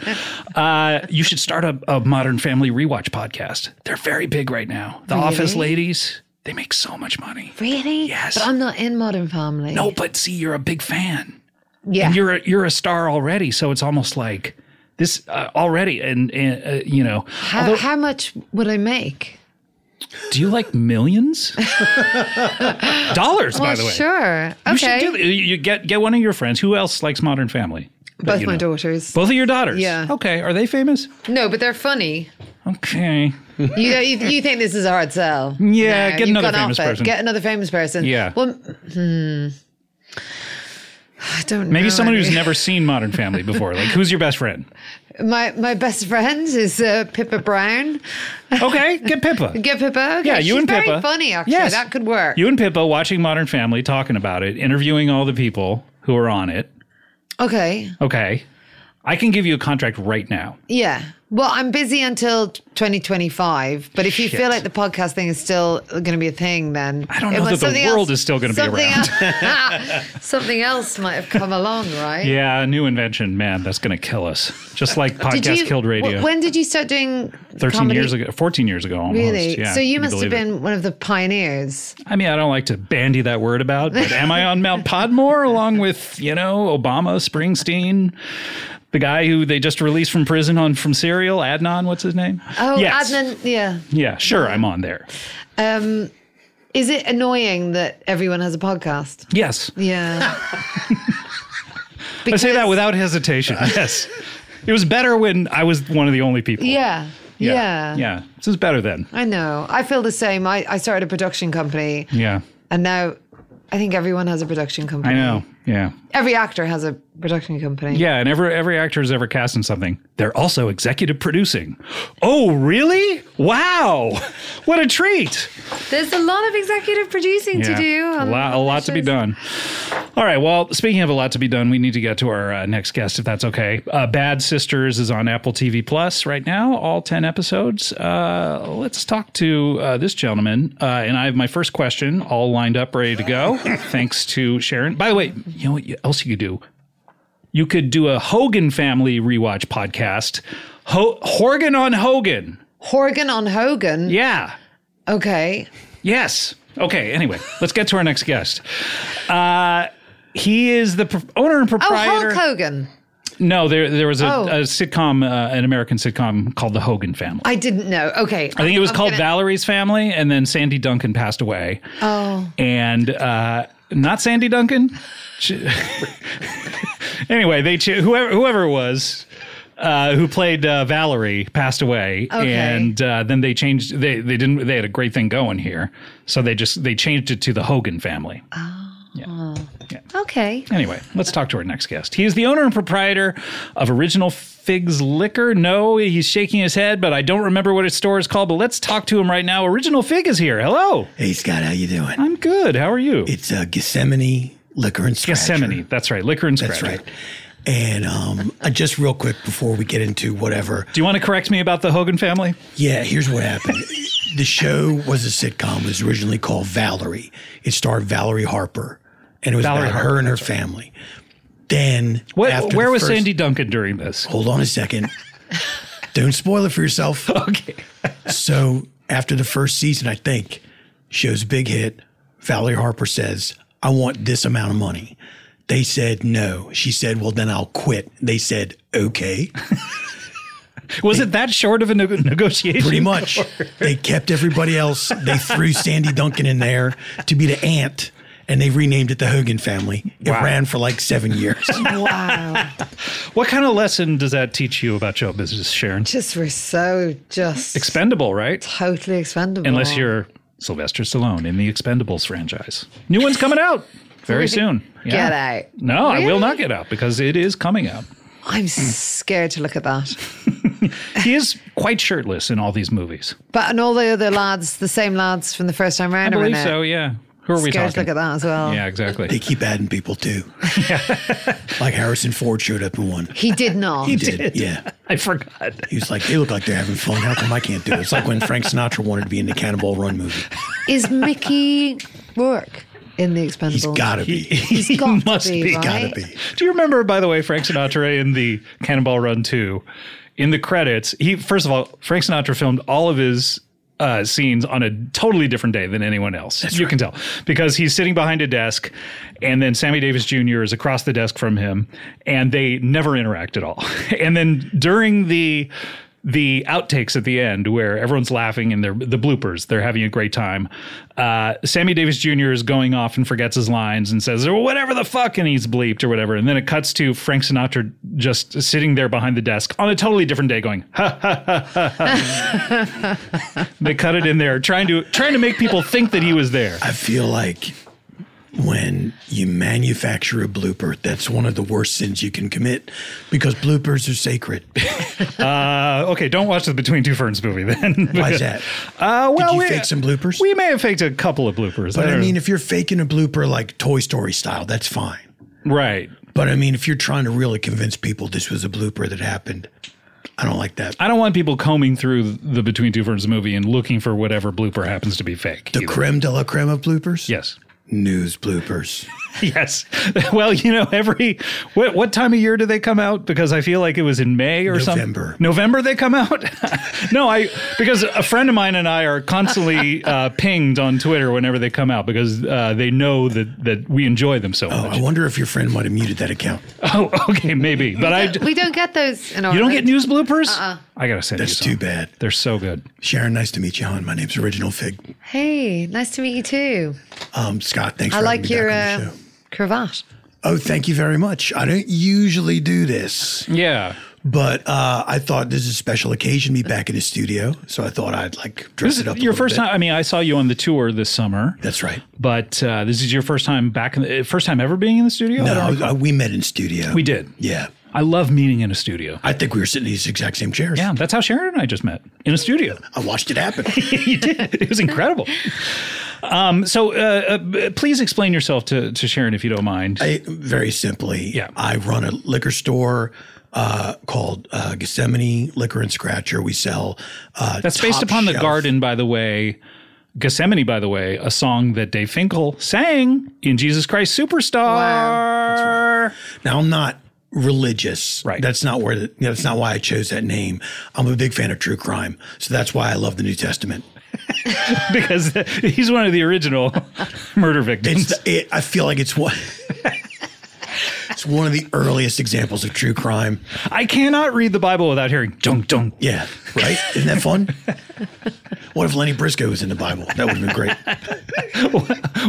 S2: uh, you should start a, a Modern Family rewatch podcast. They're very big right now. The Office ladies, they make so much money.
S3: Really?
S2: Yes.
S3: But I'm not in Modern Family.
S2: No, but see, you're a big fan.
S3: Yeah.
S2: And you're a, you're a star already, so it's almost like this uh, already. And, and uh, you know,
S3: how, how much would I make?
S2: do you like millions dollars? by
S3: Well,
S2: the way,
S3: sure. Okay.
S2: you should do. that. You- You get get one of your friends. Who else likes Modern Family?
S3: Both
S2: you
S3: my
S2: know.
S3: daughters.
S2: Both of your daughters.
S3: Yeah.
S2: Okay. Are they famous?
S3: no, but they're funny.
S2: Okay.
S3: You, know, you you think this is a hard sell?
S2: Yeah,
S3: No,
S2: get
S3: you've
S2: another
S3: gone
S2: famous
S3: off it.
S2: person.
S3: Get another famous person.
S2: Yeah.
S3: Well, hmm. I don't know.
S2: Maybe someone who's
S3: any.
S2: never seen Modern Family before. Like, who's your best friend?
S3: my my best friend is uh, Pippa Brown.
S2: Okay, get Pippa.
S3: Get Pippa. Okay,
S2: yeah, you
S3: she's
S2: and
S3: very
S2: Pippa.
S3: Funny, actually.
S2: Yes.
S3: That could work.
S2: You and Pippa watching Modern Family, talking about it, interviewing all the people who are on it.
S3: okay.
S2: Okay. I can give you a contract right now.
S3: Yeah. Well, I'm busy until 2025, but if you
S2: Shit.
S3: feel like the podcast thing is still going to be a thing, then
S2: I don't
S3: It
S2: know
S3: was
S2: that the
S3: something
S2: world is still gonna be
S3: something
S2: around.
S3: el- something else might have come along, right?
S2: Yeah, a new invention, man. That's going to kill us. Just like podcast killed radio.
S3: wh- When did you start doing
S2: 13
S3: comedy?
S2: years ago, 14 years ago almost.
S3: Really?
S2: Yeah,
S3: so you
S2: can
S3: must have
S2: believe it.
S3: been one of the pioneers.
S2: I mean, I don't like to bandy that word about, but am I on Mount Podmore along with, you know, Obama, Springsteen, the guy who they just released from prison on from Serial, Adnan, what's his name?
S3: Oh,
S2: Yes.
S3: Adnan, yeah.
S2: Yeah, sure, I'm on there.
S3: Um, is it annoying that everyone has a podcast?
S2: Yes.
S3: Yeah.
S2: I say that
S3: Because-
S2: without hesitation. Yes. It was better when I was one of the only people.
S3: Yeah.
S2: Yeah.
S3: Yeah.
S2: yeah. This is better then.
S3: I know. I feel the same. I, I started a production company
S2: Yeah.
S3: and now I think everyone has a production
S2: I
S3: company.
S2: know. Yeah.
S3: Every actor has a production company.
S2: Yeah, and every every actor who's ever cast in something, they're also executive producing. Oh, really? Wow. What a treat.
S3: There's a lot of executive producing to do. Um,
S2: A
S3: on-
S2: lot, a
S3: on
S2: lot to be
S3: shows.
S2: done. All right. Well, speaking of a lot to be done, we need to get to our uh, next guest, if that's okay. Uh, Bad Sisters is on Apple TV Plus right now, all 10 episodes. Uh, let's talk to uh, this gentleman. Uh, and I have my first question all lined up, ready to go. Thanks to Sharon. By the way, you know what else you could do? You could do a Hogan family rewatch podcast. Ho- Horgan on Hogan.
S3: Horgan on Hogan.
S2: Yeah.
S3: Okay.
S2: Yes. Okay. Anyway, let's get to our next guest. Uh, he is the pro- owner and
S3: Oh,
S2: proprietor.
S3: Hulk Hogan.
S2: no, there there was a,
S3: Oh.
S2: a sitcom, uh, an American sitcom called The Hogan Family. I,
S3: I didn't know. Okay. I
S2: think it was called
S3: Val.
S2: Valerie's Family, and then Sandy Duncan passed away.
S3: Oh.
S2: and uh, not Sandy Duncan. She- anyway, they cho- whoever whoever it was. Uh, who played uh, Valerie passed away,
S3: Okay.
S2: and uh, then they changed. They they didn't. They had a great thing going here, so they just they changed it to the Hogan family.
S3: Okay.
S2: Anyway, let's talk to our next guest. He is the owner and proprietor of Original Figs Liquor. No, he's shaking his head, but I don't remember what his store is called. But let's talk to him right now. Original Fig is here. Hello,
S5: Hey Scott, how you doing?
S2: I'm good. How are you?
S5: It's uh, Gethsemane Liquor and Scratcher.
S2: Gethsemane. That's right. Liquor and
S5: That's
S2: scratcher.
S5: right. And um, uh, just real quick before we get into whatever,
S2: Do you want to correct me about the Hogan family?
S5: yeah, here's what happened. the show was a sitcom. It was originally called Valerie. It starred Valerie Harper, and it was
S2: Valerie
S5: about
S2: Harper,
S5: her and her family. Then,
S2: What,
S5: after
S2: where
S5: the
S2: was
S5: first-
S2: Sandy Duncan during this?
S5: Hold on a second. Don't spoil it for yourself.
S2: Okay.
S5: So after the first season, I think, show's a big hit. Valerie Harper says, I want this amount of money. They said no. She said, Well, then I'll quit. They said, Okay.
S2: Was it that short of a neg- negotiation?
S5: Pretty much. they kept everybody else. They threw Sandy Duncan in there to be the aunt. and they renamed it the Hogan family. It
S2: Wow.
S5: ran for like seven years.
S3: Wow.
S2: What kind of lesson does that teach you about show business, Sharon?
S3: just we're so just
S2: Expendable, right?
S3: totally expendable.
S2: Unless you're Sylvester Stallone in the Expendables franchise. New one's coming out very soon.
S3: Get out.
S2: No, I will
S3: Really?
S2: not get out because it is coming out.
S3: I'm scared to look at that.
S2: He is quite shirtless in all these movies.
S3: But and all the other lads, the same lads from the first time
S2: I
S3: round, are in
S2: believe
S3: it.
S2: so, yeah. Who are we
S3: Scared to
S2: talking
S3: look at that as well.
S2: Yeah, exactly.
S5: they keep adding people too. like Harrison Ford showed up in one.
S3: He did not.
S5: He did. Yeah.
S2: I forgot.
S5: He was like, they look like they're having fun. How come I can't do it? It's like when Frank Sinatra wanted to be in the Cannonball Run movie.
S3: Is Mickey Rourke in the Expendables?
S5: He's got to be.
S3: He's got to
S2: must
S3: be,
S2: be,
S3: Oh, right?
S5: Got to be.
S2: Do you remember, by the way, Frank Sinatra in the Cannonball Run 2? In the credits, he first of all, Frank Sinatra filmed all of his uh, scenes on a totally different day than anyone else. you can tell because he's sitting behind a desk, and then Sammy Davis Jr. is across the desk from him, and they never interact at all. And then during the the outtakes at the end where everyone's laughing and they're the bloopers they're having a great time uh, sammy davis jr is going off and forgets his lines and says well, whatever the fuck and he's bleeped or whatever and then it cuts to frank sinatra just sitting there behind the desk on a totally different day going ha ha ha ha they cut it in there trying to trying to make people think that he was there
S5: I feel like when you manufacture a blooper, that's one of the worst sins you can commit because bloopers are sacred.
S2: uh, okay don't watch the between two ferns movie then
S5: Why is that?
S2: uh, well
S5: Did you
S2: we,
S5: fake some bloopers?
S2: we may have faked a couple of bloopers
S5: but I
S2: don't
S5: mean, if you're faking a blooper like Toy Story style, that's fine.
S2: know. right
S5: But I mean, if you're trying to really convince people this was a blooper that happened, I don't like that.
S2: I don't want people combing through the Between Two Ferns movie and looking for whatever blooper happens to be fake.
S5: The
S2: either.
S5: creme de la creme of bloopers?
S2: yes.
S5: News bloopers.
S2: Yes. Well, you know, every what, what time of year do they come out? Because I feel like it was in May or something.
S5: November.
S2: November they come out. no, I because a friend of mine and I are constantly uh, pinged on Twitter whenever they come out because uh, they know that that we enjoy them so
S5: Oh,
S2: much.
S5: I wonder if your friend might have muted that account.
S2: Oh, okay, maybe. But I
S3: We don't get those in our
S2: you don't get news bloopers. I gotta send
S5: That's
S2: you some.
S5: too bad.
S2: They're so good.
S5: Sharon, nice to meet you, hon. My name's Original Fig.
S3: Hey, nice to meet you too.
S5: Um, Scott, thanks
S3: I
S5: for
S3: like
S5: having me
S3: your
S5: back on
S3: uh,
S5: the show.
S3: cravat.
S5: Oh, thank you very much. I don't usually do this,
S2: Yeah.
S5: but uh, I thought this is a special occasion, me back in the studio. So I thought I'd like dress
S2: This
S5: it up.
S2: is
S5: a
S2: your
S5: little
S2: first
S5: bit.
S2: time. I mean, I saw you on the tour this summer.
S5: That's right.
S2: But uh, this is your first time back in the uh, first time ever being in the studio. I
S5: No,
S2: don't
S5: I,
S2: recall.
S5: we met in studio.
S2: we did.
S5: Yeah.
S2: I love meeting in a studio.
S5: I think we were sitting in these exact same chairs.
S2: Yeah, that's how Sharon and I just met in a studio.
S5: I watched it happen.
S2: you did. It was incredible. Um, so, uh, uh, please explain yourself to, to Sharon if you don't mind.
S5: I, very simply,
S2: Yeah.
S5: I run a liquor store uh, called uh, Gethsemane Liquor and Scratcher. We sell. Uh,
S2: that's based
S5: top
S2: upon the
S5: shelf-
S2: garden, by the way. Gethsemane, by the way, a song that Dave Finkel sang in Jesus Christ Superstar.
S5: Now I'm not religious.
S2: Right.
S5: That's not where. The, you know, that's not why I chose that name. I'm a big fan of true crime, so that's why I love the New Testament.
S2: because he's one of the original murder victims.
S5: It's. it, I feel like it's one. it's one of the earliest examples of true crime.
S2: I cannot read the Bible without hearing dunk dunk.
S5: Yeah. Right. Isn't that fun? What if Lenny Briscoe was in the Bible? That would have been great.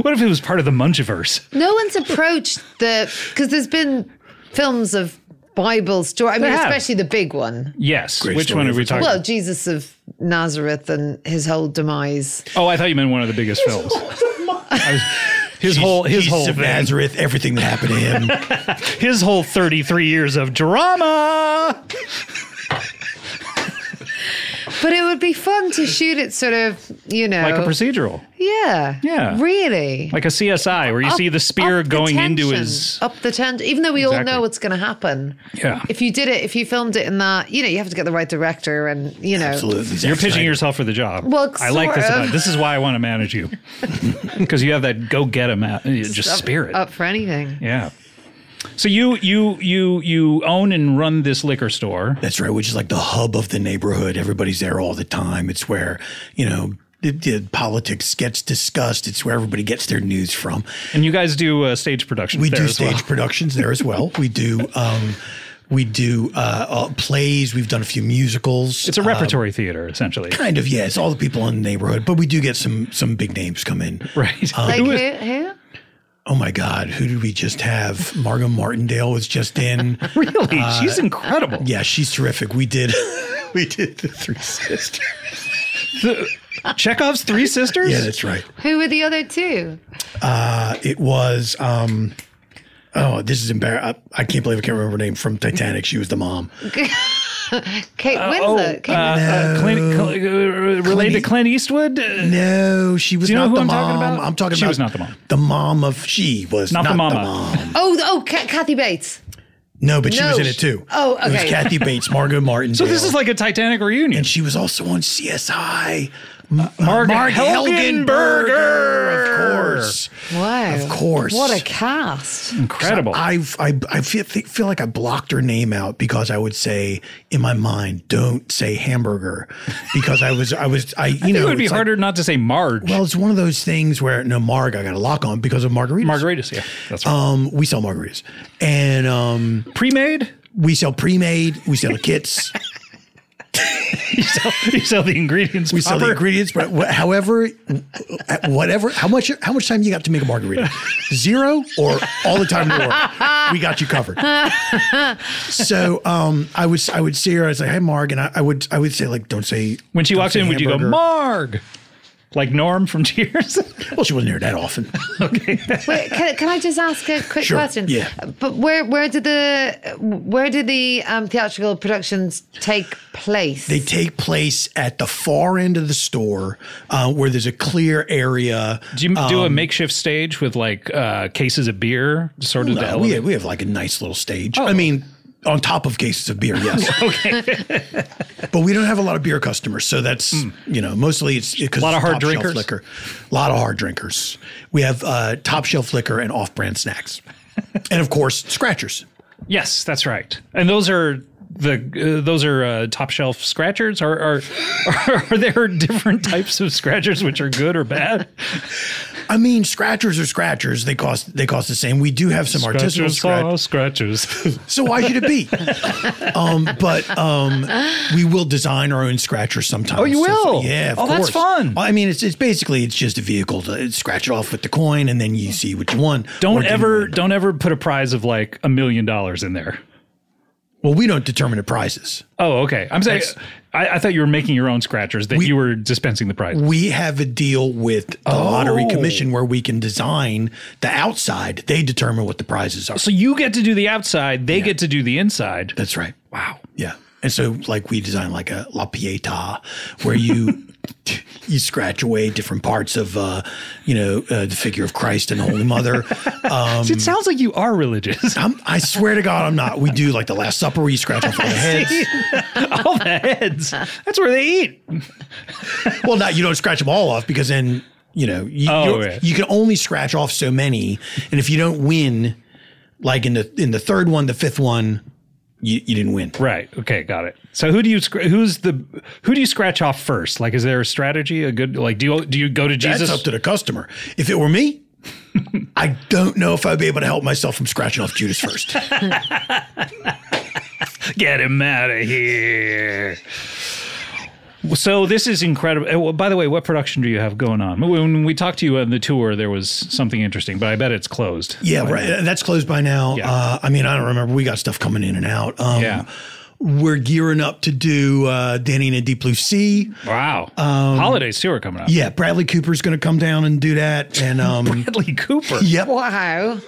S2: What if it was part of the Munchiverse?
S3: No one's approached the because there's been films of Bible story. I mean,
S2: have.
S3: especially the big one.
S2: Yes.
S5: Great
S2: Which
S5: story
S2: one are we
S5: of-
S2: talking?
S3: Well, Jesus of Nazareth and his whole demise.
S2: oh, I thought you meant one of the biggest films. I was- his whole his
S5: Jesus
S2: whole
S5: of
S2: thing.
S5: Nazareth, everything that happened to him.
S2: his whole thirty three years of drama.
S3: But it would be fun to shoot it sort of, you know,
S2: Like a procedural,
S3: yeah,
S2: Yeah.
S3: really.
S2: like a CSI, where you see the spear
S3: up the
S2: going into
S3: tension,
S2: his.
S3: up the tension. Even though we
S2: Exactly.
S3: all know what's going to happen.
S2: Yeah.
S3: If you did it, if you filmed it in that, you know, you have to get the right director, and you know,
S5: Absolutely.
S2: You're pitching yourself for the job.
S3: Well,
S2: I like this
S3: sort of.
S2: about this is why I want to manage you because you have that go get him at, just
S3: up-
S2: spirit.
S3: up for anything.
S2: Yeah. So you you you you own and run this liquor store.
S5: That's right, which is like the hub of the neighborhood. Everybody's there all the time. It's where, you know, the, the politics gets discussed. It's where everybody gets their news from.
S2: And you guys do uh, stage productions
S5: We
S2: there
S5: do
S2: as
S5: stage
S2: well.
S5: productions there as well. We do um, we do uh, uh, plays. We've done a few musicals. Uh,
S2: It's a repertory
S5: Um,
S2: theater essentially.
S5: kind of yeah. It's all the people in the neighborhood, but we do get some some big names come in.
S2: Right.
S3: Like
S2: Who
S3: who,
S2: is-
S3: who?
S5: oh my God, who did we just have? Margot Martindale was just in.
S2: Really?
S5: uh,
S2: She's incredible.
S5: yeah, she's terrific. We did, we did the Three Sisters.
S2: Chekhov's Three Sisters?
S5: Yeah, that's right.
S3: Who were the other two?
S5: It was. um Oh, this is embarrassing. I, I can't believe I can't remember her name from Titanic. She was the mom.
S3: Kate Winslet. Kate
S2: Uh, uh, Clint, Cl- uh, related to
S5: Clint- E-
S2: Clint Eastwood? Uh,
S5: No, she was
S2: Do you know
S5: not
S2: who
S5: the
S2: I'm
S5: mom.
S2: talking about?
S5: I'm talking
S2: She
S5: about
S2: was not the mom.
S5: The mom of she was
S2: Not
S5: not,
S2: the
S5: the
S2: mama.
S5: mom.
S3: oh, oh, Ca- Kathy Bates.
S5: No, but she
S3: No,
S5: was in it
S3: she-
S5: too.
S3: oh,
S5: It was
S3: okay.
S5: Kathy Bates, Margot Martin.
S2: So this is like a Titanic reunion.
S5: and she was also on CSI. M- uh,
S2: Marg
S5: Marg
S2: Helgenberger.
S5: Helgenberger, of course.
S3: Wow.
S5: Of course.
S3: What a cast.
S2: Incredible.
S5: I've, I I feel, think- feel like I blocked her name out because I would say in my mind, don't say hamburger, because I was I was I you
S2: I think
S5: know
S2: it would be
S5: it's like-
S2: harder not to say Marge.
S5: well, it's one of those things where no Marg, I got a lock on because of margaritas.
S2: Margaritas, yeah. That's right.
S5: Um, we sell margaritas, and um,
S2: Pre-made?
S5: we sell pre-made. We sell the kits.
S2: You sell, you sell the ingredients
S5: We sell the
S2: proper?
S5: ingredients, but wh- however, at whatever, how much, how much time you got to make a margarita? Zero or all the time in the world? We got you covered. So um, I would, I would see her. I was like, "Hey, Marg," and I, I would, I would say like, "Don't say."
S2: When she
S5: don't
S2: walked
S5: say
S2: in, would you go,
S5: hamburger.
S2: Marg? Like Norm from Cheers?
S5: Well, she wasn't here that often.
S3: Wait, can, can I just ask a quick
S5: Sure,
S3: question?
S5: yeah.
S3: But where where did the where did the um, theatrical productions take place?
S5: They take place at the far end of the store, uh, where there's a clear area.
S2: Do you do a
S5: Um,
S2: makeshift stage with like uh, cases of beer sort of to
S5: No, we,
S2: elevate?
S5: have, we have like a nice little stage.
S2: Oh.
S5: I mean, on top of cases of beer, yes. okay. but we don't have a lot of beer customers, so that's you know mostly it's because
S2: Hmm. Lot of hard drinkers?
S5: liquor. A lot of hard drinkers. We have uh, top shelf liquor and off brand snacks, and of course scratchers.
S2: Yes, that's right. And those are the uh, those are uh, top shelf scratchers. Are are, are there different types of scratchers which are good or bad?
S5: I mean, scratchers are scratchers. They cost they cost the same. We do have some artisanal scratchers.
S2: scratchers.
S5: So why should it be? um, but um, we will design our own scratchers sometimes. Oh,
S2: you will?
S5: yeah, of
S2: Oh,
S5: course.
S2: that's fun.
S5: I mean, it's, it's basically it's just a vehicle to scratch it off with the coin, and then you see what you want. or
S2: Don't
S5: didn't
S2: ever
S5: want.
S2: don't ever put a prize of like a million dollars in there.
S5: Well, we don't determine the prizes.
S2: Oh, okay. I'm saying I, I thought you were making your own scratchers that you were dispensing the prize.
S5: We have a deal with the
S2: Oh.
S5: lottery commission where we can design the outside. They determine what the prizes are.
S2: So you get to do the outside, they get to do the inside.
S5: That's right.
S2: Wow.
S5: Yeah. And so like we designed like a La Pieta where you you scratch away different parts of uh, you know uh, the figure of Christ and the Holy Mother. Um,
S2: It sounds like you are religious.
S5: I'm, I swear to God, I'm not. We do like the Last Supper where you scratch off all the heads.
S2: All the heads. That's where they eat.
S5: Well, not you don't scratch them all off because then you know you
S2: Oh,
S5: you're-
S2: yeah.
S5: you can only scratch off so many, and if you don't win, like in the in the third one, the fifth one, you, you didn't win.
S2: Right. Okay. Got it. So who do you scr- who's the who do you scratch off first? Like, is there a strategy? A good like do you do you go to Jesus?
S5: That's up to the customer. If it were me, I don't know if I'd be able to help myself from scratching off Judas first.
S2: Get him out of here. So this is incredible. Uh, well, By the way, what production do you have going on? When we talked to you on the tour, there was something interesting, but I bet it's closed.
S5: yeah, right. That's closed by now.
S2: Yeah.
S5: Uh, I mean, I don't remember. We got stuff coming in and out. Um,
S2: Yeah.
S5: We're gearing up to do uh, Danny and a Deep Blue Sea.
S2: Wow. Um, Holidays too are coming up.
S5: Yeah, Bradley Cooper's going to come down and do that. And um,
S2: Bradley Cooper.
S5: yep,
S3: wow.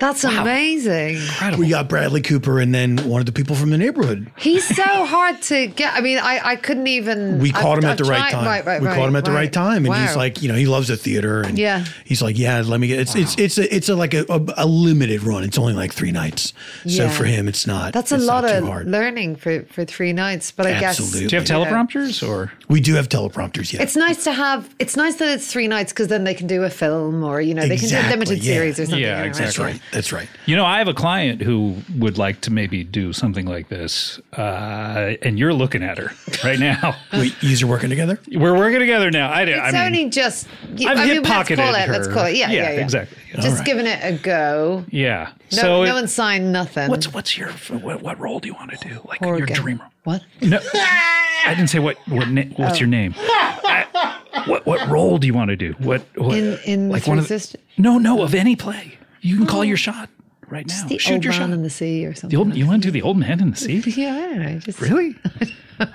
S3: That's amazing.
S5: we got Bradley Cooper and then one of the people from the neighborhood.
S3: He's so hard to get. I mean, I, I couldn't even.
S5: We
S3: I've-
S5: caught him at
S3: I've
S5: the
S3: tried-
S5: right time.
S3: Right, right,
S5: we
S3: right,
S5: caught him at the right time, and he's
S3: Wow.
S5: like, you know, he loves the theater, and
S3: Yeah.
S5: he's like, yeah, let me get. It's it's it's a, it's a, like a, a, a limited run. It's only like three nights,
S3: Yeah.
S5: so for him, it's not.
S3: That's a
S5: it's not
S3: lot
S5: too
S3: of
S5: hard.
S3: learning for, for three nights, but I
S5: Absolutely.
S3: guess
S2: Do you have
S5: Yeah.
S2: teleprompters or?
S5: we do have teleprompters, yeah.
S3: it's nice to have. It's nice that it's three nights because then they can do a film or you know they can do
S5: Exactly,
S3: a limited
S5: yeah.
S3: series or something.
S2: Yeah,
S3: you know,
S5: That's right. That's right.
S2: You know, I have a client who would like to maybe do something like this, uh, and you're looking at her right now.
S5: Wait, yous are working together.
S2: We're working together now. I, I
S3: It's
S2: mean,
S3: only just.
S2: I've
S3: I mean,
S2: hip
S3: let's
S2: pocketed
S3: call it.
S2: her.
S3: Let's call it. Yeah, yeah, yeah.
S2: exactly. Yeah.
S3: Just
S5: right.
S3: giving it a go.
S2: Yeah.
S3: No,
S2: so
S3: no
S2: it-
S3: one signed nothing.
S2: what's what's your what, what role do you want to do? Like
S3: Or
S2: your
S3: again.
S2: dream role?
S3: What? Oh.
S2: No, I didn't say what. what na- what's your name? I, What what role do you want to do? What, what
S3: In- in Three
S2: one of the-
S3: Sisters?
S2: No, no, of any play. You can call your shot right now.
S3: The
S2: Shoot
S3: old
S2: your
S3: man
S2: shot.
S3: in the sea or something.
S2: The old, you want to do the old man in the sea?
S3: yeah, I don't know. Just,
S2: Really?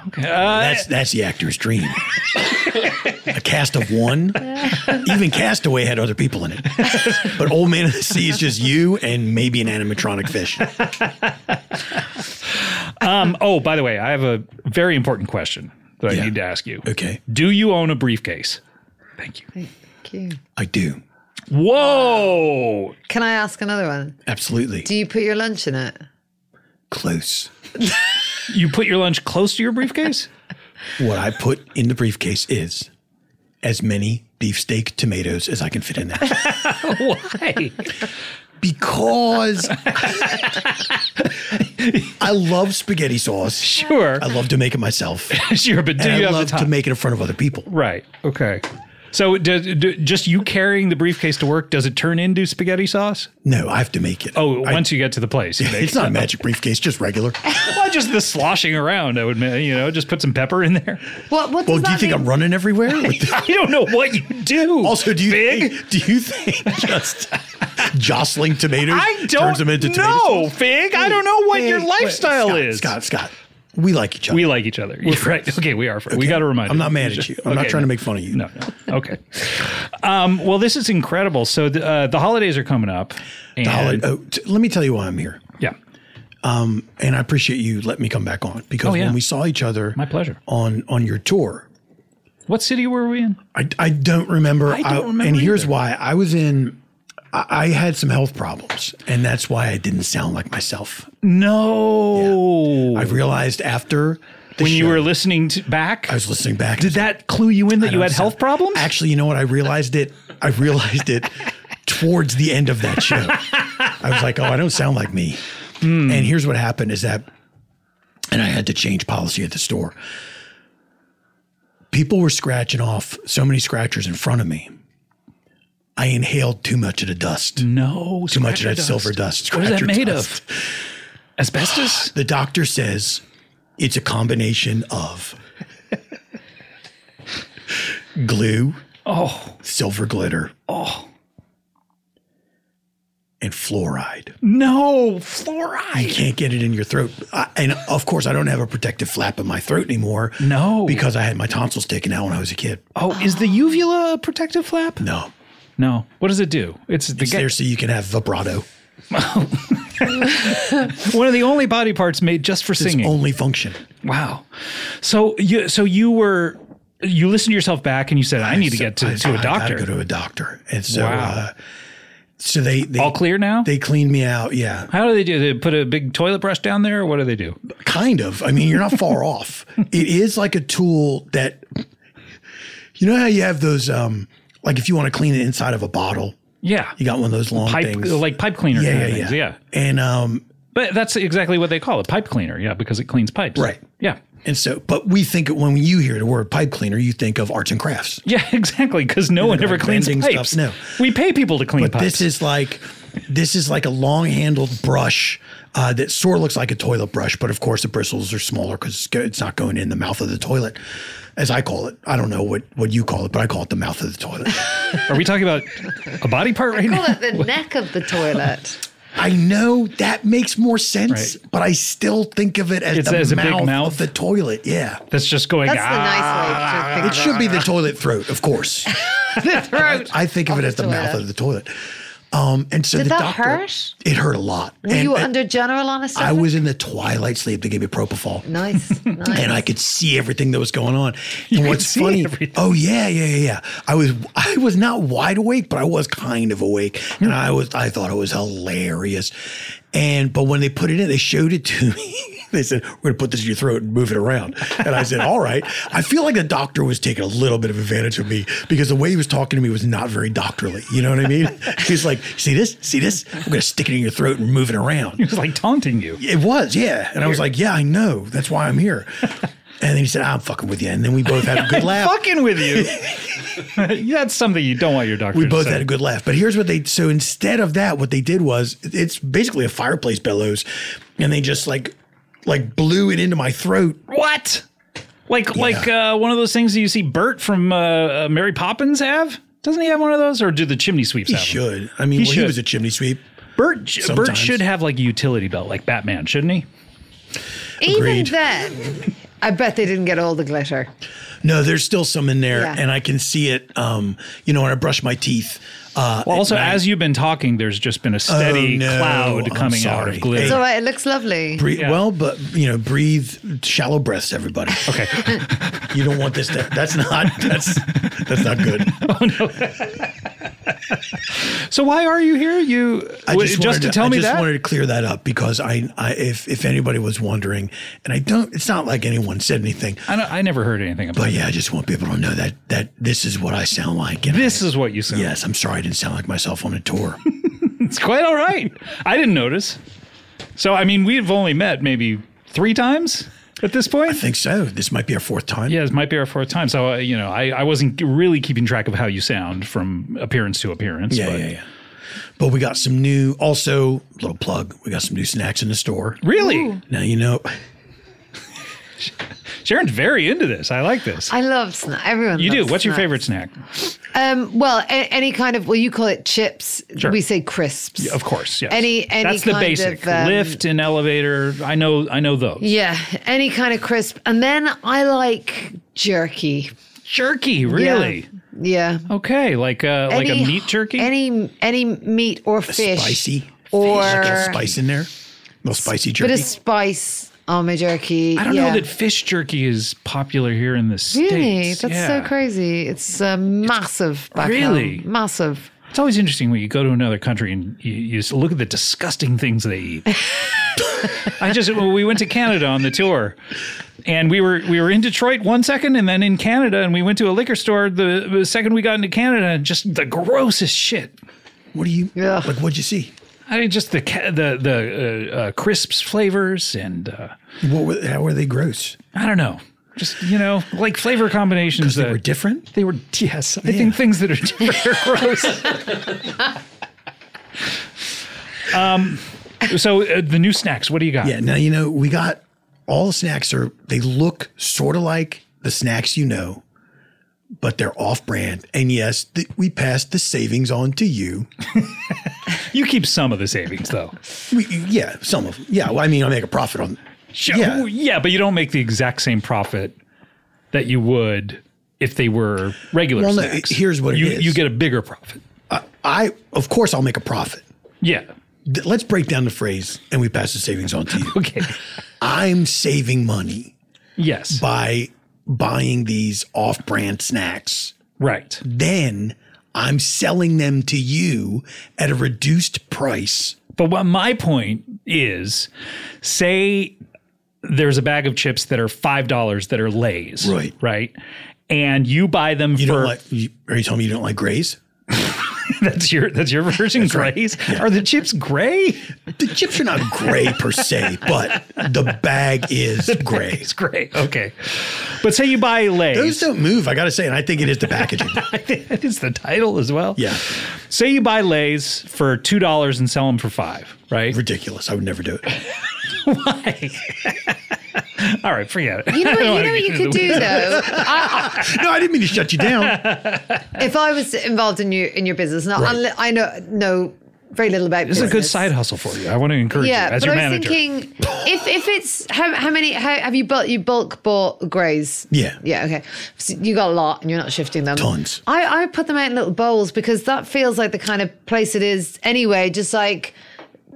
S2: Okay. Uh,
S5: That's that's the actor's dream. a cast of one. Even Castaway had other people in it. But Old Man of the Sea is just you and maybe an animatronic fish.
S2: um, oh, by the way, I have a very important question that
S5: Yeah.
S2: I need to ask you.
S5: Okay,
S2: Do you own a briefcase? Thank you.
S3: Thank you.
S5: I do.
S2: Whoa!
S3: Can I ask another one?
S5: Absolutely.
S3: Do you put your lunch in it?
S5: Close.
S2: You put your lunch close to your briefcase?
S5: What I put in the briefcase is as many beefsteak tomatoes as I can fit in there.
S2: Why?
S5: because I love spaghetti sauce.
S2: Sure.
S5: I love to make it myself.
S2: Sure, but do you
S5: And I
S2: have the
S5: love
S2: time?
S5: to make it in front of other people.
S2: Right. Okay. So, do, do- just you carrying the briefcase to work, does it turn into spaghetti sauce?
S5: No, I have to make it.
S2: Oh,
S5: I-
S2: once you get to the place, you make
S5: it's not a magic briefcase, just regular.
S2: well, just the sloshing around. I would, ma- you know, just put some pepper in there.
S3: What? What does
S5: Well, do you
S3: that
S5: think
S3: mean?
S5: I'm running everywhere? With the-
S2: I don't know what you do.
S5: also, do you
S2: big?
S5: think, do you think just jostling tomatoes
S2: I don't
S5: turns them into
S2: know,
S5: tomatoes?
S2: Fig. I don't know what your lifestyle
S5: Scott,
S2: is.
S5: Scott, Scott, we like each other.
S2: We like each other. You're right. Okay, we are. fr- We got to remind.
S5: I'm
S2: you.
S5: not mad at you. I'm not
S2: Okay,
S5: trying to
S2: no.
S5: make fun of you.
S2: No, no. Okay. um, well, this is incredible. So the, uh, the holidays are coming up. And,
S5: The holi- oh, t- let me tell you why I'm here.
S2: Yeah.
S5: and I appreciate you letting me come back on because
S2: Oh, yeah.
S5: when we saw each other,
S2: My pleasure.
S5: on on your tour,
S2: What city were we in?
S5: I, I don't remember. I
S2: don't remember
S5: and here's
S2: either.
S5: why: I was in, I, I had some health problems, and that's why I didn't sound like myself.
S2: No.
S5: I realized after the
S2: when you
S5: show-
S2: were listening to, back,
S5: I was listening back.
S2: did that clue you in that you
S5: don't
S2: had
S5: sound-
S2: health problems?
S5: Actually, you know what? I realized it. I realized it towards the end of that show. I was like, oh, I don't sound like me.
S2: Hmm.
S5: And here's what happened is that, and I had to change policy at the store. People were scratching off so many scratchers in front of me. I inhaled too much of the dust,
S2: Hmm. no.
S5: too much of
S2: scratcher
S5: that silver dust.
S2: What is that
S5: scratcher
S2: made
S5: dust.
S2: of? Asbestos?
S5: The doctor says it's a combination of glue,
S2: Oh,
S5: silver glitter, oh, and fluoride.
S2: no.
S5: You
S2: Fluoride.
S5: can't get it in your throat. I, and of course, I don't have a protective flap in my throat anymore.
S2: No.
S5: because I had my tonsils taken out when I was a kid.
S2: Oh, is the uvula a protective flap?
S5: No,
S2: No. What does it do? It's the
S5: it's
S2: ga-
S5: there so you can have vibrato.
S2: one of the only body parts made just for
S5: It's
S2: singing.
S5: only function.
S2: wow. So you so you were you listened to yourself back and you said I need to
S5: So
S2: get to,
S5: I-
S2: to a
S5: I
S2: doctor.
S5: gotta go to a doctor, and so
S2: Wow.
S5: uh, so they, they
S2: All clear now?
S5: They cleaned me out. Yeah,
S2: How do they do? They put a big toilet brush down there or what do they do?
S5: kind of. I mean, you're not far off. It is like a tool that you know how you have those um like if you want to clean the inside of a bottle,
S2: Yeah.
S5: you got one of those long
S2: pipe uh,
S5: things.
S2: like pipe cleaner
S5: yeah,
S2: kind
S5: yeah,
S2: of
S5: yeah.
S2: things. Yeah.
S5: And um
S2: But that's exactly what they call it, pipe cleaner. Yeah, because it cleans pipes.
S5: Right.
S2: Yeah.
S5: and so but we think when you hear the word pipe cleaner, you think of arts and crafts.
S2: Yeah, exactly. Because no one ever
S5: like
S2: cleans
S5: bending
S2: pipes.
S5: stuff, no.
S2: We pay people to clean
S5: But
S2: pipes.
S5: this is like this is like a long-handled brush uh, that sort of looks like a toilet brush, but of course the bristles are smaller because it's, go- it's not going in the mouth of the toilet, as I call it. I don't know what what you call it, but I call it the mouth of the toilet.
S2: Are we talking about a body part right now?
S3: Call it the neck of the toilet.
S5: I know that makes more sense,
S2: Right.
S5: but I still think of it as
S2: It's
S5: the
S2: as a big
S5: mouth,
S2: mouth?
S5: of the toilet. Yeah.
S2: That's just going.
S3: That's
S2: ah.
S3: the
S5: It
S3: nice way to
S5: should be the toilet throat, of course.
S3: think of Uh-huh, the throat.
S5: I think of it as the mouth
S3: toilet.
S5: of the toilet. Um, and so
S3: Did
S5: the
S3: that
S5: doctor,
S3: hurt?
S5: It hurt a lot.
S3: Were
S5: and,
S3: you
S5: and
S3: under general anesthetic?
S5: I was in the twilight sleep. They gave me propofol.
S3: Nice, nice.
S5: and I could see everything that was going on. and what's
S2: see
S5: funny?
S2: everything.
S5: Oh yeah, yeah, yeah, yeah. I was I was not wide awake, but I was kind of awake, and I was I thought it was hilarious. And but when they put it in, they showed it to me. They said, We're gonna put this in your throat and move it around. And I said, All right. I feel like the doctor was taking a little bit of advantage of me because the way he was talking to me was not very doctorly. You know what I mean? He's like, See this? See this? We're gonna stick it in your throat and move it around.
S2: It was like taunting you.
S5: It was, yeah. And I was like, yeah, I know. That's why I'm here. and then he said, I'm fucking with you. And then we both had a good laugh.
S2: Fucking with you. That's something you don't want your doctor.
S5: We
S2: to
S5: both
S2: say.
S5: had a good laugh. But here's what they so instead of that, what they did was it's basically a fireplace bellows, and they just like like blew it into my throat
S2: What? Like like uh, one of those things that you see Bert from uh, uh, Mary Poppins have. Doesn't he have one of those, or do the chimney sweeps
S5: He
S2: have? them?
S5: should. I mean,
S2: He
S5: well, he
S2: should.
S5: was a chimney sweep.
S2: Bert sh- Bert
S5: Sometimes.
S2: should have like a utility belt, like Batman, shouldn't he?
S3: Even
S5: Agreed.
S3: then, I bet they didn't get all the glitter.
S5: No, there's still some in there,
S3: Yeah.
S5: and I can see it. Um, you know, when I brush my teeth. Uh,
S2: Well,
S5: at
S2: also
S5: night.
S2: as you've been talking, there's just been a steady
S5: Oh, no,
S2: cloud
S5: I'm
S2: coming out
S5: sorry.
S2: of glitter.
S5: Hey.
S3: It's all right. It looks lovely.
S5: Breathe,
S2: Yeah.
S5: Well, but you know, breathe shallow breaths, everybody. Okay. you don't want this. To, that's not. That's that's not good.
S2: So why are you here? You
S5: I
S2: w- just,
S5: wanted
S2: to tell
S5: I
S2: me
S5: just
S2: that?
S5: wanted to clear that up because I, I, if if anybody was wondering, and I don't, it's not like anyone said anything,
S2: I, don't- I never heard anything about.
S5: but yeah, I just want people to know that that this is what I sound like. And
S2: This is what you said.
S5: yes, I'm sorry I didn't sound like myself on a tour.
S2: It's quite all right. I didn't notice. So I mean, we've only met maybe three times at this point.
S5: I think so. This might be our fourth time.
S2: Yeah, this might be our fourth time. So uh, you know, I, I wasn't really keeping track of how you sound from appearance to appearance.
S5: yeah,
S2: but-
S5: yeah, yeah. But we got some new. Also, little plug. We got some new snacks in the store.
S2: Really,
S5: Now you know.
S2: Sharon's very into this. I like this.
S3: I love snack. Everyone.
S2: you do.
S3: loves
S2: What's your
S3: snacks.
S2: favorite snack?
S3: Um, well, a- any kind of well, you call it chips.
S2: Sure.
S3: We say crisps.
S2: Of course, yes.
S3: Any- any
S2: That's the
S3: kind
S2: basic.
S3: of, um,
S2: Lift and elevator. I know. I know those.
S3: Yeah, any kind of crisp. And then I like jerky.
S2: Jerky,
S3: Yeah.
S2: really?
S3: Yeah.
S2: Okay, like uh, like a
S3: Any-
S2: meat jerky.
S3: Any any meat or fish.
S5: Spicy.
S3: Or
S5: Like a spice in there. A little spicy
S3: bit
S5: jerky.
S3: of spice on my jerky.
S2: I don't
S3: yeah.
S2: know that fish jerky is popular here in the states.
S3: Really? That's so
S2: Yeah.
S3: crazy. It's uh, massive back
S2: Really?
S3: home. Massive.
S2: It's always interesting when you go to another country and you, you just look at the disgusting things they eat. I just well, we went to Canada on the tour, and we were we were in Detroit one second, and then in Canada, and we went to a liquor store the, the second we got into Canada, and just the grossest shit.
S5: What do you?
S3: Yeah.
S5: Like what'd you see?
S2: I mean, just the ca- the the uh, uh, crisps flavors, and uh,
S5: What were, how were they gross?
S2: I don't know, just you know, like flavor combinations
S5: They
S2: that
S5: were different.
S2: They were yes. I think things that are different are gross. um, so uh, the new snacks. What do you got?
S5: Yeah. Now you know we got all the snacks are they look sort of like the snacks you know, but they're off brand. And yes, th- we passed the savings on to you.
S2: You keep some of the savings though.
S5: We, yeah, some of them. Yeah. Well, I mean, I make a profit on.
S2: Sure.
S5: Yeah.
S2: Yeah. but you don't make the exact same profit that you would if they were regular
S5: Well, no,
S2: snacks.
S5: here's what it
S2: you
S5: is.
S2: you get a bigger profit.
S5: I of course I'll make a profit.
S2: Yeah.
S5: Th- Let's break down the phrase, and we pass the savings on to you.
S2: Okay.
S5: I'm saving money
S2: Yes.
S5: by buying these off-brand snacks.
S2: right.
S5: Then I'm selling them to you at a reduced price.
S2: But what my point is, say there's a bag of chips that are five dollars that are Lay's,
S5: Right.
S2: Right, and you buy them
S5: You
S2: for
S5: don't like? You, are you telling me you don't like Grays?
S2: that's your that's your version grays. Are the chips gray?
S5: The chips are not gray per se, but the bag is gray.
S2: It's gray. Okay, but say you buy Lay's.
S5: Those don't move. I gotta say, and I think it is the packaging.
S2: that is the title as well.
S5: Yeah,
S2: Say you buy Lay's for two dollars and sell them for five. Right.
S5: ridiculous. I would never do it.
S2: All right. Forget it.
S3: You know,
S2: I
S3: what,
S2: don't
S3: you
S2: wanna
S3: know what
S2: get
S3: you
S2: into
S3: could
S2: the
S3: do
S2: weeds.
S3: though.
S5: No, I didn't mean to shut you down.
S3: if I was involved in your in your business, now unli- I know know very little about.
S2: This is a good
S3: business.
S2: side hustle for you. I want to encourage
S3: Yeah,
S2: you as
S3: but
S2: your
S3: I was
S2: manager.
S3: thinking, if if it's how how many how, have you bought you bulk bought greys?
S5: Yeah.
S3: yeah, okay. So you got a lot, and you're not shifting them.
S5: Tons.
S3: I I put them out in little bowls because that feels like the kind of place it is anyway. Just like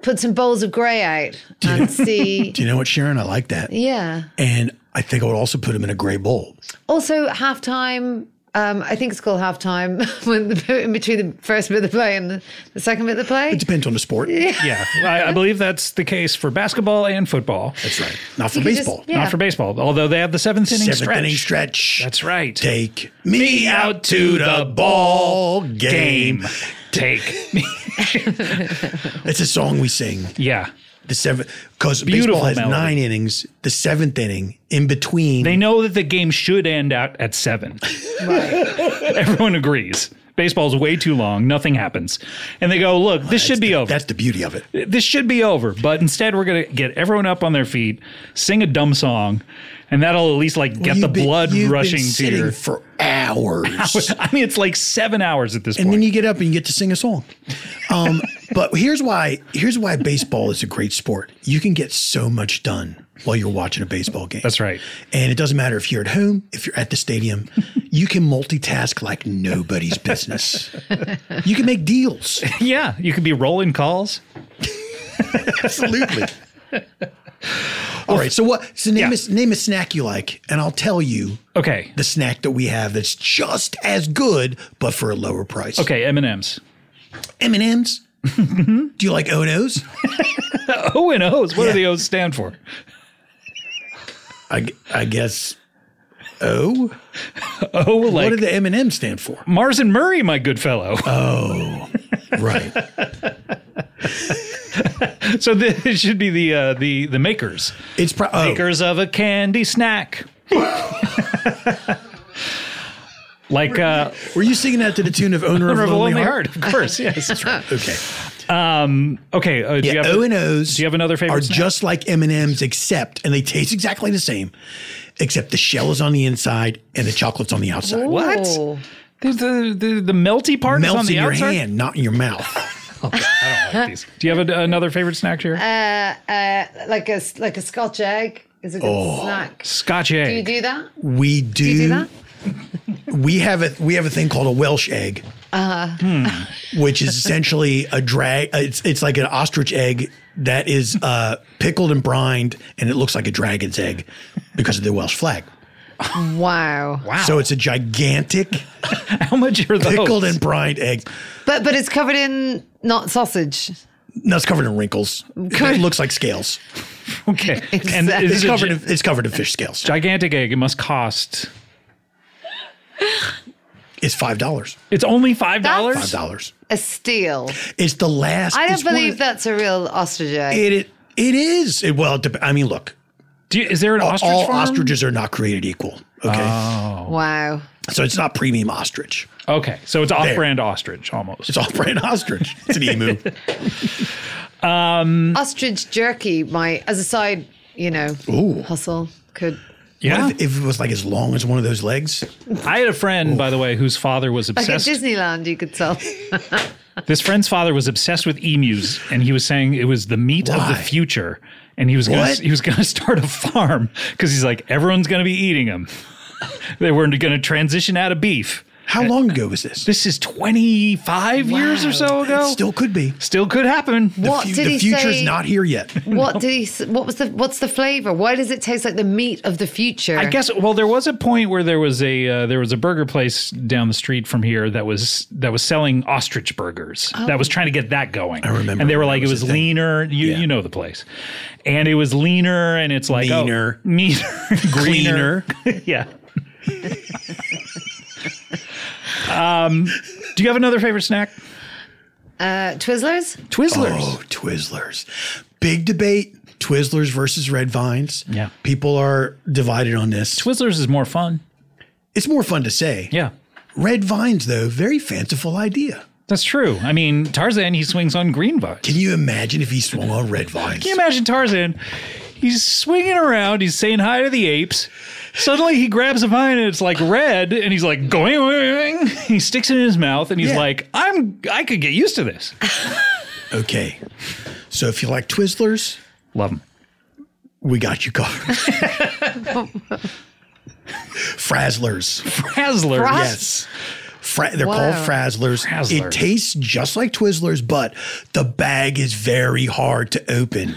S3: put some bowls of grey out and see.
S5: Do you know what, Sharon? I like that.
S3: Yeah.
S5: And I think I would also put them in a gray bowl.
S3: Also, halftime. Um, I think it's called halftime when the, in between the first bit of the play and the, the second bit of the play.
S5: It depends on the sport.
S2: Yeah, I, I believe that's the case for basketball and football,
S5: That's right. Not for
S3: You could just-
S5: baseball.
S3: yeah.
S2: not for baseball. Although they have the seventh inning
S5: Seventh
S2: stretch.
S5: inning stretch.
S2: That's right.
S5: Take me out to the ball game.
S2: Take. me.
S5: It's a song we sing.
S2: yeah,
S5: The seventh, because
S2: Beautiful
S5: baseball has
S2: melody.
S5: nine innings. The seventh inning in between.
S2: they know that the game should end out at seven. Everyone agrees. Baseball's way too long. Nothing happens. And they go, look, this should be over.
S5: That's the beauty of it.
S2: this should be over. But instead, we're going to get everyone up on their feet, sing a dumb song, and that'll at least like get
S5: You've
S2: the
S5: been-
S2: blood
S5: you've been
S2: rushing to
S5: sitting
S2: your.
S5: for hours.
S2: I mean, it's like seven hours at this
S5: and then
S2: point.
S5: you get up and you get to sing a song. Um, but here's why here's why baseball is a great sport. You can get so much done while you're watching a baseball game.
S2: That's right.
S5: And it doesn't matter if you're at home, if you're at the stadium, you can multitask like nobody's business. you can make deals.
S2: yeah, you could be rolling calls.
S5: Absolutely. All right. So what so name
S2: Yeah.
S5: is name a snack you like, and I'll tell you
S2: Okay.
S5: the snack that we have that's just as good, but for a lower price.
S2: Okay, M&M's.
S5: M and M's. Do you like Onos?
S2: O and O's. What
S5: Yeah.
S2: do the O's stand for?
S5: I, I guess O.
S2: Oh, like
S5: what did the M and M stand for?
S2: Mars and Murray, my good fellow.
S5: Uh. Right.
S2: so this it should be the uh, the the makers,
S5: It's pro- oh,
S2: makers of a candy snack. like uh,
S5: Were you singing that to the tune of "Owner of
S2: River
S5: Lonely,
S2: Lonely
S5: Heart"?
S2: Heart, of course. Yes.
S5: Okay.
S2: Okay. Uh, do
S5: Yeah.
S2: you have
S5: O and O's.
S2: do you have another favorite
S5: Are
S2: snack?
S5: just like M and M's, except and they taste exactly the same, except the shell is on the inside and the chocolate's on the outside.
S2: What?
S3: Oh.
S2: the, the, the, the melty part is on
S5: Melts
S2: the
S5: in your
S2: outside.
S5: hand, not in your mouth.
S2: I don't like these. Do you have a, another favorite snack, Jerry?
S3: Uh, uh, like a like a Scotch egg is a good
S2: Oh.
S3: snack.
S2: Scotch
S3: Do you
S2: egg.
S3: do that?
S5: We do.
S3: Do you do that? Uh-huh.
S5: we have a we have a thing called a Welsh egg,
S2: Hmm.
S5: which is essentially a drag. It's it's like an ostrich egg that is uh, pickled and brined, and it looks like a dragon's egg because of the Welsh flag.
S3: Wow.
S2: wow. Oh.
S5: So it's a gigantic
S2: how much are those?
S5: pickled and brined egg.
S3: But but it's covered in not sausage.
S5: No, it's covered in wrinkles. It looks like scales.
S2: okay. And
S3: Exactly.
S2: is
S5: It's
S2: it
S5: covered.
S2: gi-
S5: In, it's covered in fish scales.
S2: gigantic egg. It must cost.
S5: It's five dollars.
S2: It's only five
S5: Five
S2: dollars.
S5: dollars.
S3: A steal.
S5: It's the last.
S3: I don't
S5: it's one
S3: believe
S5: of-
S3: that's a real ostrich egg.
S5: It, it it is. It, well, it dep- I mean, look,
S2: Do you, is there an ostrich
S5: all
S2: farm?
S5: ostriches are not created equal. Okay.
S3: Oh. wow.
S5: So it's not premium ostrich.
S2: Okay, so it's off-brand ostrich almost.
S5: It's all brand ostrich. It's an emu. Mm.
S3: Ostrich jerky might as a side, you know, hustle could
S2: Yeah,
S5: If, if it was like as long as one of those legs,
S2: I had a friend, by the way, whose father was
S3: like
S2: obsessed.
S3: at Disneyland you could sell.
S2: This friend's father was obsessed with emus, and he was saying it was the meat of
S5: Why?
S2: the future, and he was gonna,
S5: What?
S2: he was going to start a farm because he's like everyone's going to be eating them. they were going to transition out of beef.
S5: how long ago was this?
S2: This is twenty five years or so ago.
S5: It still could be.
S2: Still could happen.
S5: The,
S3: What did
S5: the
S3: he
S5: future's
S3: say?
S5: not here yet.
S3: What did he? s- What was the? What's the flavor? Why does it taste like the meat of the future?
S2: I guess. Well, there was a point where there was a uh, there was a burger place down the street from here that was that was selling ostrich burgers. That was trying to get that going. I
S5: remember
S2: And they were
S5: when
S2: like,
S5: that
S2: it
S5: was
S2: was
S5: a thing.
S2: leaner. You
S5: Yeah.
S2: you know the place, and it was leaner, and it's like oh,
S5: Meaner.
S2: meaner, greener. yeah. um, do you have another favorite snack?
S3: Uh, Twizzlers.
S2: Twizzlers.
S5: Oh, Twizzlers. Big debate. Twizzlers versus Red Vines.
S2: Yeah.
S5: People are divided on this.
S2: Twizzlers is more fun.
S5: it's more fun to say.
S2: Yeah.
S5: Red Vines, though, very fanciful idea.
S2: That's true. I mean, Tarzan, he swings on green vines.
S5: Can you imagine if he swung on Red Vines?
S2: Can you imagine Tarzan? He's swinging around. He's saying hi to the apes. Suddenly, he grabs a vine and it's like red, and he's like going. going. He sticks it in his mouth, and he's
S5: Yeah.
S2: like, "I'm. I could get used to this.
S5: Okay. So if you like Twizzlers,
S2: Love him.
S5: we got you covered. Frazzlers.
S2: Frazzler.
S3: Frazz-
S5: Yes. Fra- they're
S3: Wow.
S5: called Frazzlers.
S2: Frazzlers.
S5: It tastes just like Twizzlers, but the bag is very hard to open.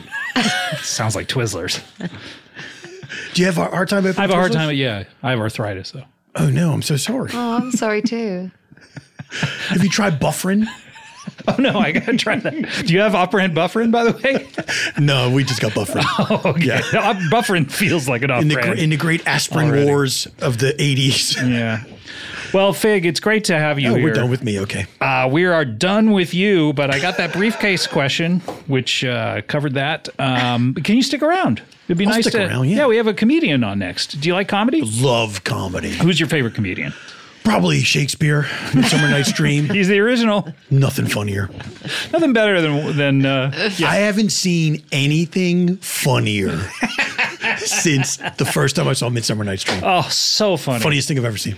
S2: Sounds like Twizzlers.
S5: Do you have a hard time opening?
S2: I have a hard
S5: Twizzlers?
S2: time. Yeah, I have arthritis though.
S5: Oh no, I'm so sorry.
S3: Oh, I'm sorry too.
S5: Have you tried buffering?
S2: Oh no, I gotta try that. Do you have operant buffering by the way?
S5: No, we just got buffering.
S2: Okay.
S5: Yeah.
S2: buffering feels like an
S5: in the
S2: operant.
S5: gr- in the great aspirin
S2: Already.
S5: wars of the 80s.
S2: yeah. Well, Fig, it's great to have you
S5: Oh,
S2: here.
S5: we're done with me. Okay.
S2: Uh, we are done with you, but I got that briefcase question, which uh, covered that. Um, but can you stick around? It'd be
S5: I'll
S2: nice
S5: stick
S2: to.
S5: around, yeah.
S2: we have a comedian on next. Do you like comedy?
S5: Love comedy.
S2: Who's your favorite comedian?
S5: Probably Shakespeare, Summer Night's Dream.
S2: He's the original.
S5: Nothing funnier.
S2: Nothing better than than uh,
S5: I haven't seen anything funnier since the first time I saw Midsummer Night's Dream.
S2: oh, so funny.
S5: Funniest thing I've ever seen.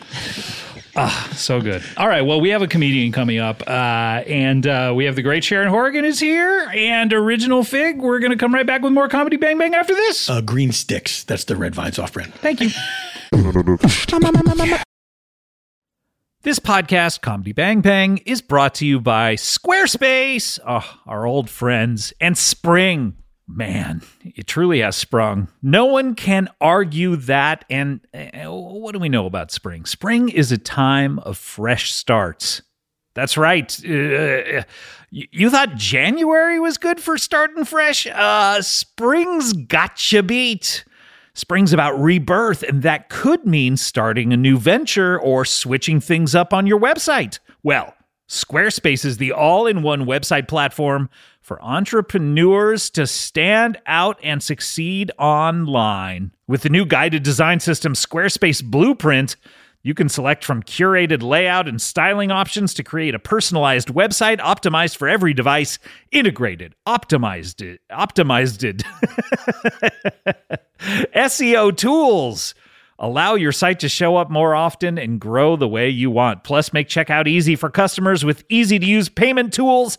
S2: So good. All right. Well, we have a comedian coming up, uh, and uh, we have the great Sharon Horgan is here, and Original Fig. We're going to come right back with more comedy bang bang after this.
S5: Uh, Green Sticks. That's the Red Vines off brand.
S2: Thank you. This podcast, Comedy Bang Bang, is brought to you by Squarespace, oh, our old friends, and Spring. Man, it truly has sprung. No one can argue that. And uh, what do we know about spring? Spring is a time of fresh starts. That's right. Uh, you you thought January was good for starting fresh? Uh, spring's gotcha beat. Spring's about rebirth, and that could mean starting a new venture or switching things up on your website. Well, Squarespace is the all in one website platform for entrepreneurs to stand out and succeed online. With the new guided design system, Squarespace Blueprint, you can select from curated layout and styling options to create a personalized website optimized for every device, integrated, optimized, it, optimized. It. SEO E tools allow your site to show up more often and grow the way you want. Plus, make checkout easy for customers with easy to use payment tools.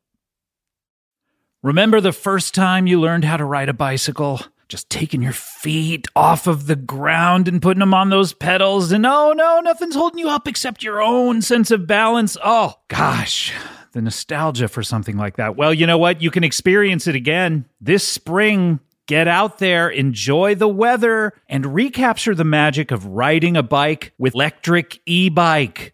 S2: Remember the first time you learned how to ride a bicycle? Just taking your feet off of the ground and putting them on those pedals, and oh no, nothing's holding you up except your own sense of balance. Oh gosh, the nostalgia for something like that. Well, you know what? You can experience it again this spring. Get out there, enjoy the weather, and recapture the magic of riding a bike with electric e bike.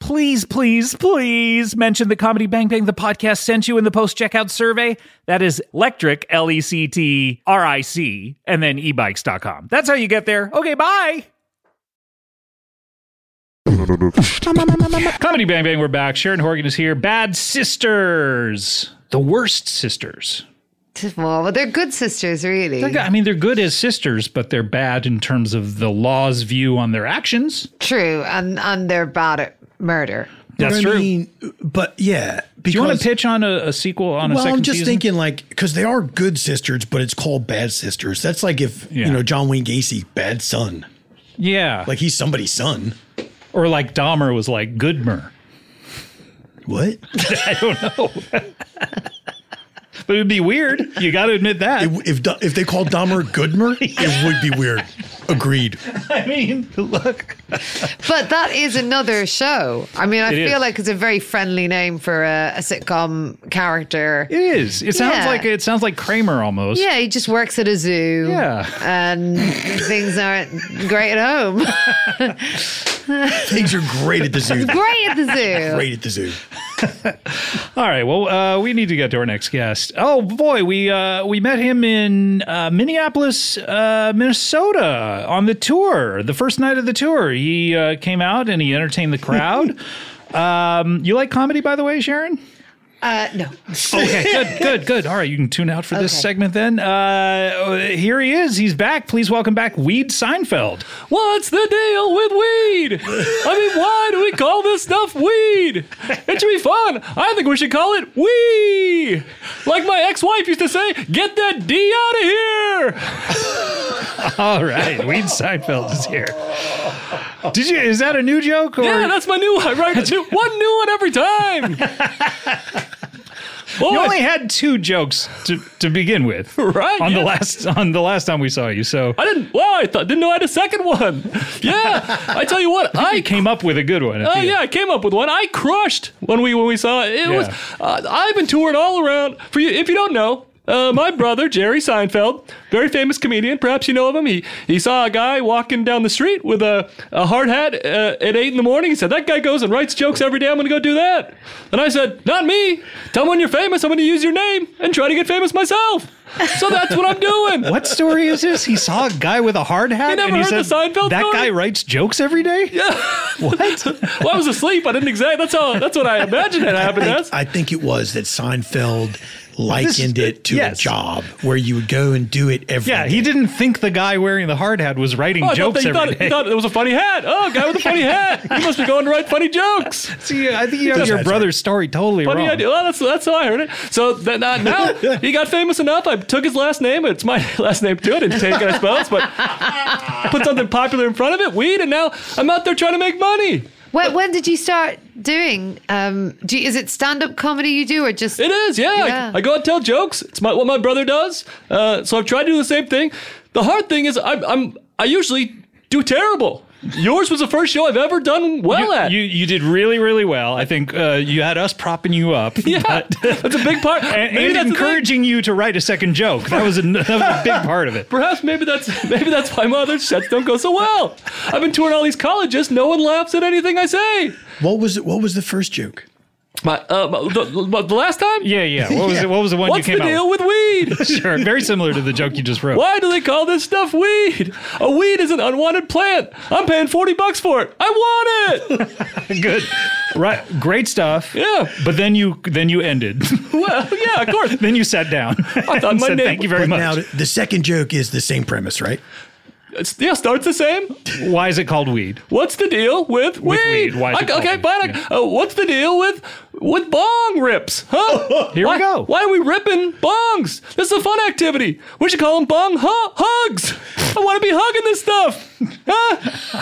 S2: Please, please, please mention the Comedy Bang Bang the podcast sent you in the post checkout survey. That is electric, L E C T R I C, and then e ebikes.com. That's how you get there. Okay, bye. Comedy Bang Bang, we're back. Sharon Horgan is here. Bad Sisters, the worst sisters.
S3: Well, but they're good sisters, really.
S2: They're good- I mean, they're good as sisters, but they're bad in terms of the law's view on their actions.
S3: True, and and they're bad at murder.
S2: That's
S5: But I
S2: true.
S5: mean, but yeah, because
S2: Do you want to pitch on a, a sequel on a
S5: well,
S2: second
S5: I'm just
S2: season?
S5: thinking like because they are good sisters, but it's called bad sisters. That's like if
S2: Yeah.
S5: you know John Wayne Gacy, bad son.
S2: Yeah.
S5: Like he's somebody's son.
S2: Or like Dahmer was like Goodmer.
S5: What?
S2: But it'd be weird. You got to admit that.
S5: if if Do- if they called Dahmer Goodmer, it would be weird. Agreed.
S2: I mean, look.
S3: But that is another show. I mean, I
S2: It
S3: feel
S2: is.
S3: like it's a very friendly name for a, a sitcom character.
S2: It is. It sounds
S3: Yeah.
S2: like it sounds like Kramer almost.
S3: Yeah, he just works at a zoo.
S2: Yeah.
S3: And things aren't great at home.
S5: Things are great at the zoo.
S3: great at the zoo.
S5: Great at the zoo.
S2: All right. Well, uh, we need to get to our next guest. Oh boy, we uh, we met him in uh, Minneapolis, uh, Minnesota, on the tour. The first night of the tour, he uh, came out and he entertained the crowd. um, you like comedy, by the way, Sharon?
S3: Uh, no.
S2: Okay, good, good, good. All right, you can tune out for this
S3: Okay.
S2: segment then. Uh, here he is. He's back. Please welcome back Weed Seinfeld.
S6: What's the deal with weed? I mean, why do we call this stuff weed? It should be fun. I think we should call it wee. Like my ex-wife used to say, "Get that D out of here."
S2: All right, Weed Seinfeld is here. Did you? Is that a new joke? Or?
S6: Yeah, that's my new one. Right, New- one new one every time. Boy,
S2: You only had two jokes to, to begin with,
S6: Right,
S2: On the
S6: yeah.
S2: last on the last time we saw you, so
S6: I didn't. Wow, I thought didn't know I had a second one. Yeah, I tell you what, I came.
S2: came up with a good one. at
S6: Oh
S2: the end.
S6: yeah, I came up with one. I crushed when we when we saw it. It was
S2: Yeah.
S6: uh, I've been touring all around. For you, if you don't know, uh, my brother Jerry Seinfeld, very famous comedian. Perhaps you know of him. He he saw a guy walking down the street with a, a hard hat uh, at eight in the morning. He said that guy goes and writes jokes every day. I'm going to go do that. And I said, not me. Tell me when you're famous. I'm going to use your name and try to get famous myself. So that's what I'm doing.
S2: What story is this? He saw a guy with a hard hat.
S6: never
S2: and he
S6: heard the
S2: said,
S6: Seinfeld
S2: That
S6: story?"
S2: guy writes jokes every day. Yeah. What?
S6: Well, I was asleep. I didn't exact. That's all. That's what I imagined had happened.
S5: I
S6: That's-
S5: think, I think it was that Seinfeld likened
S2: This-
S5: it to
S2: yes.
S5: a job where you would go and do it every
S2: yeah. He
S5: day.
S2: didn't think the guy wearing the hard hat was writing
S6: Oh, I thought,
S2: jokes
S6: that, you
S2: every
S6: thought,
S2: day.
S6: you thought it was a funny hat. Oh, guy with a funny hat. He must be going to write funny jokes.
S2: See, I think you have
S5: That's
S2: your
S5: right.
S2: brother's story totally
S6: Funny
S2: wrong.
S6: idea. Well, that's that's how I heard it. So that, now- now he got famous enough. I took his last name. It's my last name too. I didn't take it, I suppose, but put something popular in front of it. Weed, and now I'm out there trying to make money.
S3: When, when did you start doing? Um, do you, is it stand up comedy you do or just?
S6: It is, yeah. I-
S3: Yeah.
S6: I, go out and tell jokes. It's my, what my brother does. Uh, so I've tried to do the same thing. The hard thing is I'm, I'm I usually do terrible. Yours was the first show I've ever done well
S2: You,
S6: at.
S2: you you did really really well. I think uh, you had us propping you up.
S6: yeah, that's a big part.
S2: uh, And,
S6: Maybe
S2: and
S6: that's the thing.
S2: encouraging you to write a second joke. That was a, that was a big part of it.
S6: Perhaps maybe that's maybe that's why my other sets don't go so well. I've been touring all these colleges. No one laughs at anything I say.
S5: What was it? What was the first joke?
S6: My, uh, my- the, the last time.
S2: Yeah, yeah. What was it? What was the one
S6: What's
S2: you
S6: the
S2: came out
S6: deal with weed?
S2: with? Sure, very similar to the joke you just wrote.
S6: Why do they call this stuff weed? A weed is an unwanted plant. I'm paying forty bucks for it. I want it.
S2: Good, right? Great stuff.
S6: Yeah.
S2: But then you then you ended.
S6: Well, yeah, of course.
S2: then you sat down. I
S6: thought my name-
S2: Thank you very
S5: But now
S2: much.
S5: th- the second joke is the same premise, right?
S6: It's, yeah, starts the same.
S2: Why is it called weed?
S6: What's the deal with weed?
S2: weed. Why is it
S6: I- okay,
S2: called
S6: fine.
S2: weed?
S6: Uh, what's the deal with with bong rips? Huh?
S2: Here we
S6: why,
S2: go.
S6: Why are we ripping bongs? This is a fun activity. We should call them bong hu- hugs. I want to be hugging this stuff. Huh?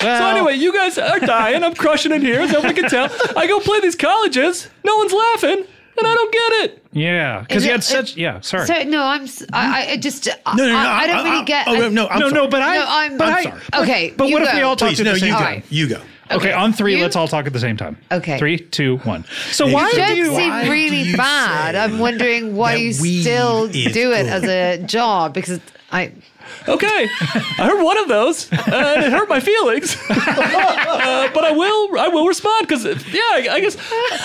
S6: so anyway, you guys are dying. I'm crushing it here, as everyone can tell. I go play these colleges. No one's laughing, and I don't get it.
S2: Yeah, because
S3: Is
S2: you
S3: it-
S2: had such. Yeah, sorry.
S3: So no, I'm. s- I, I- I just. I,
S5: No, no, no.
S3: I, I don't really get.
S5: Oh, no, I'm
S2: no,
S5: sorry.
S2: no, but I.
S3: no, I'm.
S2: but I-
S3: sorry. Okay,
S2: But
S3: you
S2: what if
S3: go.
S2: we all talked
S5: Please,
S2: at the
S5: no,
S2: same
S5: you go.
S2: time?
S3: Alright.
S5: You go.
S2: Okay,
S3: Okay,
S2: on three,
S3: you-
S2: let's all talk at the same time.
S3: Okay.
S2: Three, two, one. So why
S3: You
S2: do
S3: don't
S2: you?
S5: why
S3: seem
S5: do
S3: really
S5: you
S3: bad.
S5: say
S3: I'm wondering why
S5: that
S3: you
S5: weed
S3: still do
S5: is
S3: it as
S5: good?
S3: a job because I.
S6: Okay, I heard one of those, uh, and it hurt my feelings. Uh, but I will, I will respond because, yeah, I, I guess,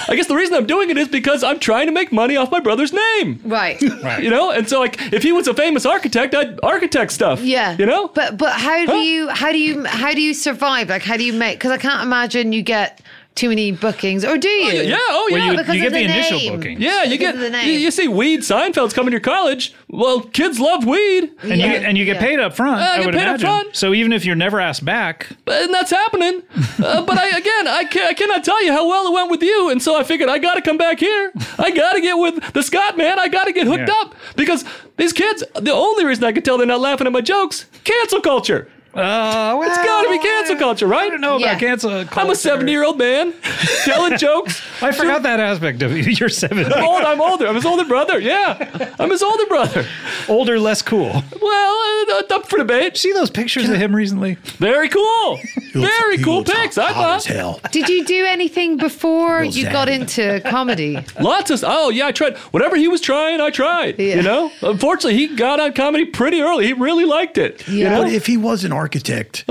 S6: I guess the reason I'm doing it is because I'm trying to make money off my brother's name,
S3: Right.
S2: Right.
S6: you know. And so, like, if he was a famous architect, I'd architect stuff.
S3: Yeah.
S6: you know.
S3: But but how do
S6: Huh?
S3: you how do you how do you survive? Like how do you make? Because I can't imagine you get too many bookings, or do you?
S6: yeah, oh yeah.
S2: Well, you,
S3: because
S2: you get
S3: of
S2: the,
S3: the
S2: initial
S3: name.
S2: booking.
S6: yeah, you
S3: Because
S6: get
S3: of the name.
S6: you, you see weed. Seinfeld's coming to your college. Well, kids love weed,
S2: And, you,
S3: Yeah.
S2: and you get
S3: Yeah.
S2: paid up front.
S6: Uh, I
S2: I,
S6: get
S2: would
S6: paid up
S2: imagine.
S6: front.
S2: So even if you're never asked back,
S6: and that's happening. Uh, but I again, I, ca I cannot tell you how well it went with you, and so I figured I got to come back here. I got to get with the Scott man. I got to get hooked
S2: Yeah.
S6: up because these kids. The only reason I could tell they're not laughing at my jokes, cancel culture.
S2: uh, well,
S6: It's got to be cancel culture, right?
S2: I don't know
S3: Yeah.
S2: about cancel.
S6: I'm
S2: culture.
S6: a 70 year old man telling jokes.
S2: I forgot that aspect of you. You're seven.
S6: I'm old. I'm older. I'm his older brother. Yeah, I'm his older brother.
S2: Older, less cool.
S6: Well, uh, up for debate.
S2: See those pictures of him recently?
S6: Very cool.
S5: He looks-
S6: Very
S5: he
S6: cool
S5: looks
S6: pics. I
S5: hot as
S6: thought.
S5: hell.
S3: Did you do anything before
S5: Real
S3: you
S5: sad.
S3: got into comedy?
S6: Lots of oh yeah, I tried whatever he was trying. I tried.
S3: Yeah.
S6: You know, unfortunately, he got on comedy pretty early. He really liked it.
S3: Yeah.
S5: But if he was an architect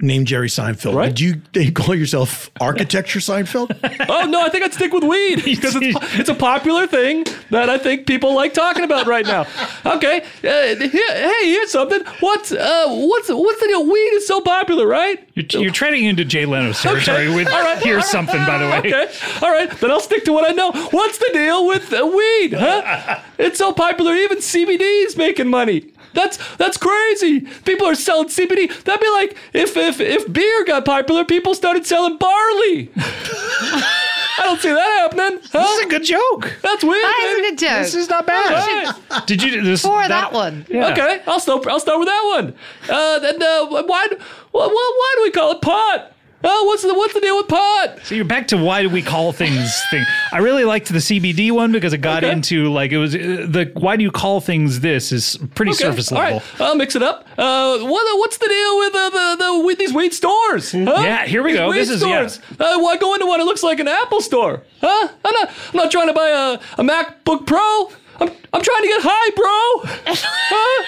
S5: named Jerry Seinfeld.
S6: Uh-huh. Right.
S5: Would you they call yourself Architecture Seinfeld?
S6: Oh no, I think I'd stick with weed because it's, po- it's a popular thing that I think people like talking about right now. Okay, uh, here, hey, here's something. What's uh, what's what's the deal? Weed is so popular, right?
S2: You're, you're treading into Jay Leno's territory with
S6: All right.
S2: here's something, by the way.
S6: Okay, all right, then I'll stick to what I know. What's the deal with uh, weed? Huh? It's so popular, even CBD is making money. That's that's crazy. People are selling CBD. That'd be like if if if beer got popular, people started selling barley. I don't see that happening.
S2: This
S6: Huh?
S2: is a good joke.
S6: That's weird.
S3: That is a
S6: baby.
S3: good joke.
S2: This is not bad. Did you do this
S3: for that, one.
S2: Yeah.
S6: Okay, I'll start. I'll start with that one. Uh, then uh, why, why, why, why do we call it pot? Oh, what's the what's the deal with pot?
S2: So you're back to why do we call things thing. I really liked the CBD one because it got
S6: Okay.
S2: into like it was uh, the why do you call things this is pretty
S6: Okay,
S2: surface
S6: all
S2: level.
S6: right, I'll mix it up. Uh, what what's the deal with uh, the, the with these weed stores? Huh?
S2: Yeah, here we
S6: These
S2: go.
S6: Weed
S2: This is- yeah.
S6: stores. Uh, why go into one that looks like an Apple store? Huh? I'm not. I'm not trying to buy a, a MacBook Pro. I'm I'm trying to get high, bro. huh?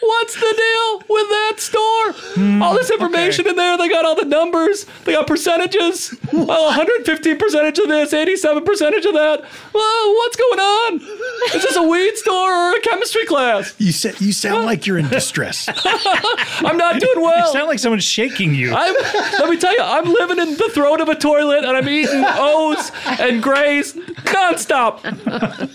S6: What's the deal with that store?
S2: Hmm,
S6: all this information in there. They got all the numbers. They got percentages. Oh, Well, 115 percentage of this, 87 percentage of that. Well, what's going on? Is this a weed store or a chemistry class?
S5: You said you
S6: Uh-huh.
S5: sound like you're in distress.
S6: I'm not doing well.
S2: You sound like someone's shaking you.
S6: I'm, let me tell you, I'm living in the throat of a toilet and I'm eating O's and Grays nonstop.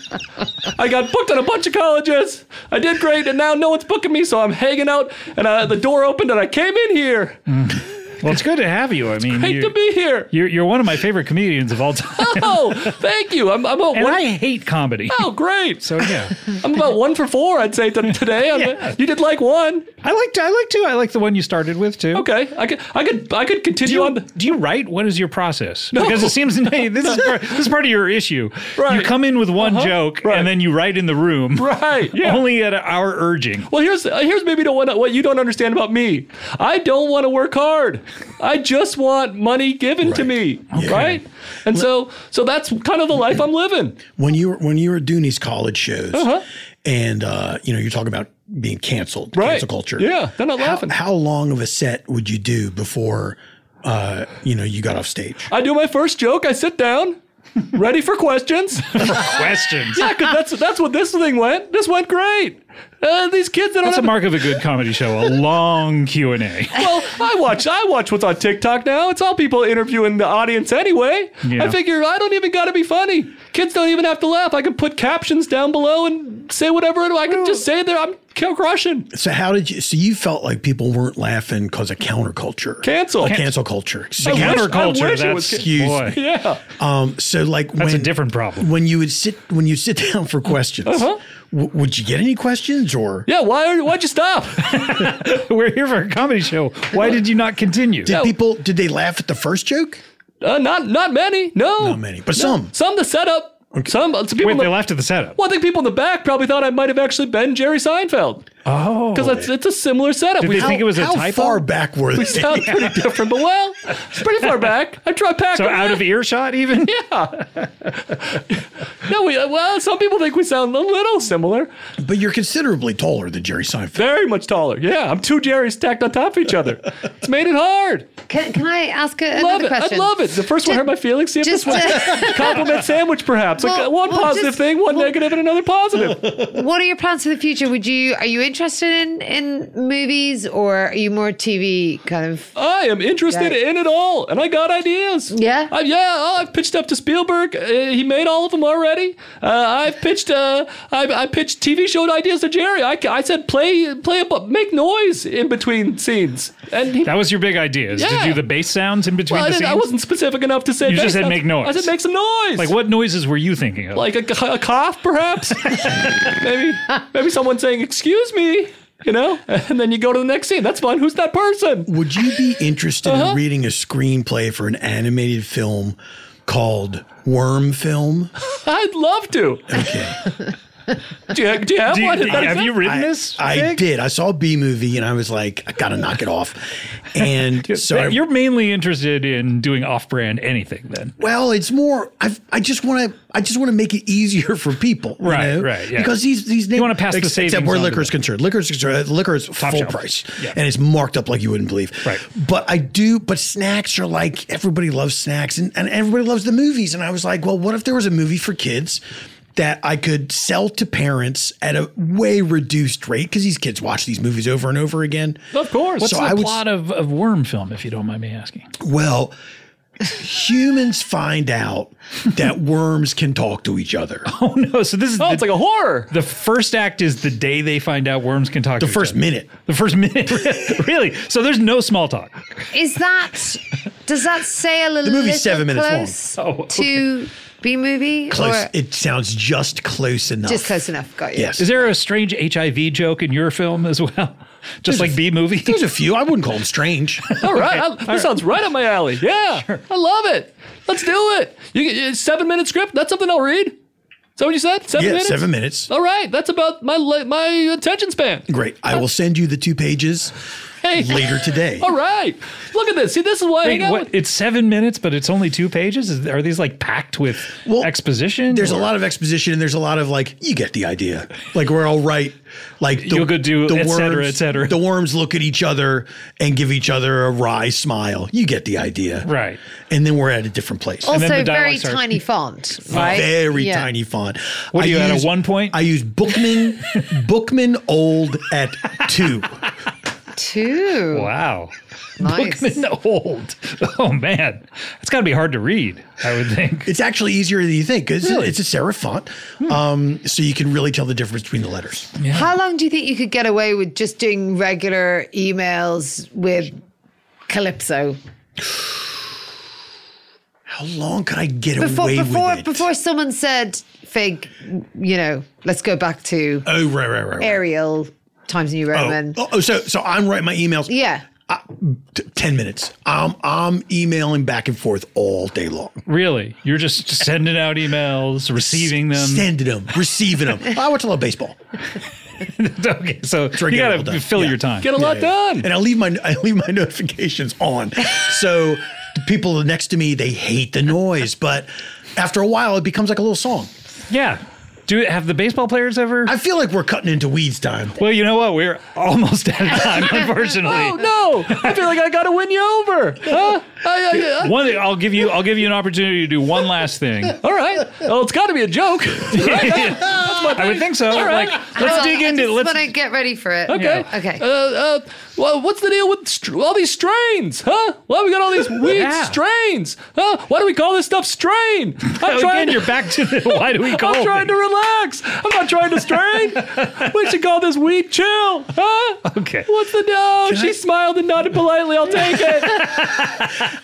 S6: I got booked on a bunch of colleges. I did great, and now no one's booking me, so I'm hanging out. And uh, the door opened, and I came in here.
S2: well, it's good to have you. I mean,
S6: Hate
S2: you,
S6: to be here.
S2: Mm, you're you're one of my favorite comedians of all time,
S6: Oh, thank you. I'm, I'm about
S2: and
S6: one.
S2: I hate comedy.
S6: oh, great.
S2: So yeah,
S6: I'm about one for four, I'd say t- today. I'm-
S2: Yeah.
S6: You did like one.
S2: I liked I like too. I like the one you started with too.
S6: Okay, I could, I could, I could
S2: Do
S6: continue
S2: you,
S6: on. The,
S2: do you write? What is your process? Because it seems hey, this is part, this is part of your issue.
S6: Right. Uh-huh.
S2: You come in with one joke
S6: Right.
S2: and then you write in the room,
S6: right. Yeah.
S2: only at our urging.
S6: Well, here's uh, here's maybe the one, what you don't understand about me. I don't want to work hard. I just want money given to me, right? And so so that's kind of the life I'm living.
S5: when you were when you were doing these college shows
S6: Uh-huh.
S5: and uh, you know, you're talking about being canceled,
S6: Right.
S5: cancel culture.
S6: Yeah, they're not
S5: How,
S6: laughing.
S5: how long of a set would you do before uh, you know, you got off stage?
S6: I do my first joke. I sit down, ready for questions.
S2: Questions.
S6: yeah, 'cause that's that's what this thing went. This went great. Uh, these kids that don't
S2: That's a
S6: have
S2: mark of a good comedy show. A long Q and A.
S6: well, I watch I watch what's on TikTok now. It's all people interviewing the audience anyway.
S2: Yeah.
S6: I figure I don't even got to be funny. Kids don't even have to laugh. I can put captions down below and say whatever I can just say there. I'm kill crushing.
S5: So how did you so you felt like people weren't laughing because of counterculture.
S6: Cancel.
S5: A cancel culture.
S6: I wish- I
S2: Counterculture.
S6: wish it
S2: That's
S6: was-
S5: Excuse
S2: boy,
S5: me.
S6: Yeah.
S5: Um, so like
S2: That's
S5: when,
S2: a different problem. Uh-huh.
S5: when you would sit when you sit down for questions, w- would you get any questions or
S6: Yeah. Why? Why'd you stop?
S2: We're here for a comedy show. Why did you not continue?
S5: did people did they laugh at the first joke?
S6: Uh, not not many. No.
S5: Not many, but some.
S6: Some the setup. Some uh, some people.
S2: Wait,
S6: in
S2: they
S6: the,
S2: laughed at the setup.
S6: well, I think people in the back probably thought I might have actually been Jerry Seinfeld
S2: Oh,
S6: because it's, it's a similar setup.
S2: Did
S6: We
S2: they think it was a
S5: how
S2: typo?
S5: far back were they?
S6: sound pretty different, but well, it's pretty far back. I try pack.
S2: so out of earshot, even.
S6: Yeah. no, we, uh, well, some people think we sound a little similar.
S5: But you're considerably taller than Jerry Seinfeld.
S6: Very much taller. Yeah, I'm two Jerry's stacked on top of each other. It's made it hard.
S3: Can, can I ask a,
S6: Love
S3: another
S6: it.
S3: question?
S6: I love it. The first one hurt my feelings. See if
S3: Just
S6: this one.
S3: uh,
S6: Compliment sandwich, perhaps. like
S3: Well,
S6: uh, one
S3: well,
S6: positive
S3: just-
S6: thing, one negative, and another positive.
S3: what are your plans for the future? Would you are you interested in in movies or are you more TV kind of?
S6: I am interested
S3: Right.
S6: in it all, and I got ideas.
S3: Yeah?
S6: I, yeah. Oh, I've pitched up to Spielberg. Uh, he made all of them already. Uh, I've pitched. Uh, I, I pitched TV show ideas to Jerry. I, I said play, play a, bu- make noise in between scenes, and he
S2: That was your big idea is to
S6: Yeah.
S2: do the bass sounds in between
S6: Well, I,
S2: the
S6: didn't-
S2: scenes.
S6: I wasn't specific enough to say.
S2: You just
S6: bass
S2: said
S6: sounds.
S2: make noise.
S6: I said make some noise.
S2: like what noises were you thinking of?
S6: Like a, a cough, perhaps. maybe, maybe someone saying "Excuse me," you know, and then you go to the next scene. That's fun. Who's that person?
S5: Would you be interested
S2: Uh-huh.
S5: in reading a screenplay for an animated film called Worm Film?
S6: I'd love to.
S5: Okay.
S6: Do you, do you have
S4: Do you-
S6: one? Is that
S4: have
S6: a-
S4: you written
S5: I,
S4: this?
S5: I
S4: Vic?
S5: did. I saw a B movie and I was like, I gotta knock it off. And so I,
S2: You're mainly interested in doing off-brand anything, then.
S5: well, it's more. I've, I just want to. I just want to make it easier for people. you
S2: Right,
S5: know?
S2: right, yeah.
S5: Because these these names.
S2: wanna pass the
S5: Except
S2: savings
S5: where
S2: on to
S5: liquor is
S2: them.
S5: concerned, liquor is concerned. uh, Liquor is full
S2: shelf.
S5: price,
S2: Yeah.
S5: and it's marked up like you wouldn't believe.
S2: Right.
S5: But I do. But snacks are like everybody loves snacks, and, and everybody loves the movies. And I was like, well, what if there was a movie for kids? That I could sell to parents at a way reduced rate because these kids watch these movies over and over again.
S6: Of course.
S2: What's
S5: So
S2: the
S5: I would-
S2: plot of, of Worm film, if you don't mind me asking?
S5: Well, humans find out that worms can talk to each other.
S2: Oh no! So this is
S6: oh,
S2: the,
S6: it's like a horror.
S2: the first act is the day they find out worms can talk.
S5: The
S2: to each
S5: first
S2: other.
S5: minute.
S2: The first minute, really. So there's no small talk.
S3: Is that does that sail a
S5: movie's
S3: little
S5: seven minutes long.
S3: close
S2: Oh, okay.
S3: to B movie?
S5: Close.
S3: Or
S5: it sounds just close enough.
S3: just close enough. Got you.
S5: Yes.
S2: Is there a strange HIV joke in your film as well? Just like B movie.
S5: There's a few. I wouldn't call them strange.
S6: All right. I- this sounds right up my alley. Yeah. I love it. Let's do it. You get it's seven minute script. That's something I'll read. Is that what you said? Seven
S5: yeah,
S6: minutes?
S5: seven minutes.
S2: Oh.
S6: All right. That's about my li- my attention span.
S5: Great. I will send you the two pages
S6: Hey.
S5: later today.
S2: Oh,
S6: All right. Look at this. See, this is why I
S2: Wait,
S6: hang out
S2: what?
S6: with-
S2: It's seven minutes, but it's only two pages. Is, are these like packed with
S5: Well,
S2: exposition?
S5: There's a
S2: or-
S5: lot of exposition and there's a lot of like, you get the idea. Like we're all right. Like the,
S2: You'll go do et cetera,
S5: worms-
S2: et cetera.
S5: The worms look at each other and give each other a wry smile. You get the idea.
S2: Right. Oh,
S5: And then we're at a different place.
S2: then
S3: Also,
S2: the
S3: very
S2: dialogue starts.
S3: tiny font, right?
S5: very
S3: Yeah.
S5: tiny font.
S2: What are
S5: I
S2: you, at a
S5: use-
S2: one point?
S5: I use Bookman Bookman old at two.
S3: Two.
S2: wow.
S3: Nice.
S2: Bookman old. Oh man, it's got to be hard to read. I would think.
S5: It's actually easier than you think. It's, it's a serif font,
S2: Hmm.
S5: um, so you can really tell the difference between the letters.
S3: How long do you think you could get away with just doing regular emails with Calypso
S5: How long could I get
S3: before
S5: away
S3: before
S5: with it?
S3: before someone said fig? You know, let's go back to
S5: oh right, right, right. right.
S3: Arial Times New
S5: Oh,
S3: Roman.
S5: oh, oh, so so I'm writing my emails.
S3: Yeah.
S5: Uh, t- ten minutes. Um, I'm emailing back and forth all day long,
S2: Really, you're just sending out emails, receiving them.
S5: sending them, receiving them. I watch a lot of baseball.
S2: okay, so
S5: right,
S2: you
S5: get it
S2: got
S5: all
S2: to
S5: done.
S2: fill
S5: Yeah.
S2: your time.
S6: Get a lot done.
S5: And I leave my I leave my notifications on. so the people next to me they hate the noise, but after a while it becomes like a little song.
S2: yeah. Do have the baseball players ever?
S5: I feel like we're cutting into weeds time.
S2: well, you know what? We're almost out of time, unfortunately.
S6: Oh no! I feel like I gotta win you over. Huh? I- I- I-
S2: One, I'll give you. I'll give you an opportunity to do one last thing.
S6: all right. Well, it's got to be a joke.
S2: I would think so.
S6: right.
S2: Like, let's dig
S3: I
S2: into.
S3: just
S2: Let's.
S3: want to get ready for it.
S6: Okay.
S3: Okay.
S6: Uh, uh, well, what's the deal with str- all these strains, huh? Why we got all these weird
S2: Yeah.
S6: strains, huh? Why do we call this stuff strain? I'm
S2: Again,
S6: trying.
S2: you're back to the. Why do we call?
S6: I'm trying to
S2: things?
S6: relax. I'm not trying to strain. we should call this weed chill, huh?
S2: Okay.
S6: What's the no? she smiled and nodded politely. I'll take it.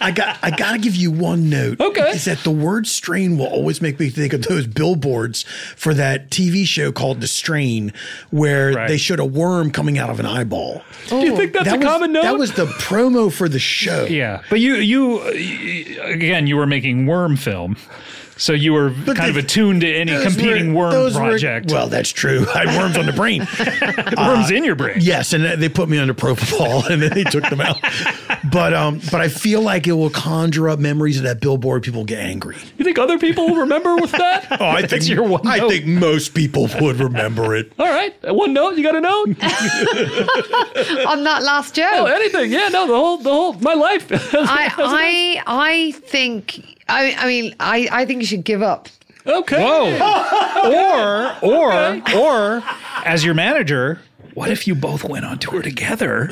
S5: I got I gotta give you one note.
S6: Okay.
S5: Is that the word strain will always make me think of those billboards for that TV show called The Strain, where
S2: Right.
S5: they showed a worm coming out of an eyeball.
S6: Do you think that's a
S5: was,
S6: common note?
S5: That was the promo for the show.
S2: Yeah, but you, you, uh, again, you were making worm film, so you were kind
S5: the-
S2: of attuned to any
S5: Those
S2: competing
S5: were-
S2: worm
S5: those were-
S2: project.
S5: well, that's true. I had worms on the brain.
S2: worms in your brain.
S5: Yes, and they put me under propofol, and then they took them out. But um, but I feel like it will conjure up memories of that billboard. People get angry.
S6: you think other people will remember with that?
S5: Oh, I think
S2: your one
S5: I
S2: note.
S5: think most people would remember it.
S6: All right. One note. You got a note?
S3: On that last joke.
S6: Oh, anything. Yeah, no, the whole, the whole, my life.
S3: I, I, I think. I, I mean, I, I think you should give up.
S6: okay.
S2: Whoa! or, or, or, as your manager, what if you both went on tour together?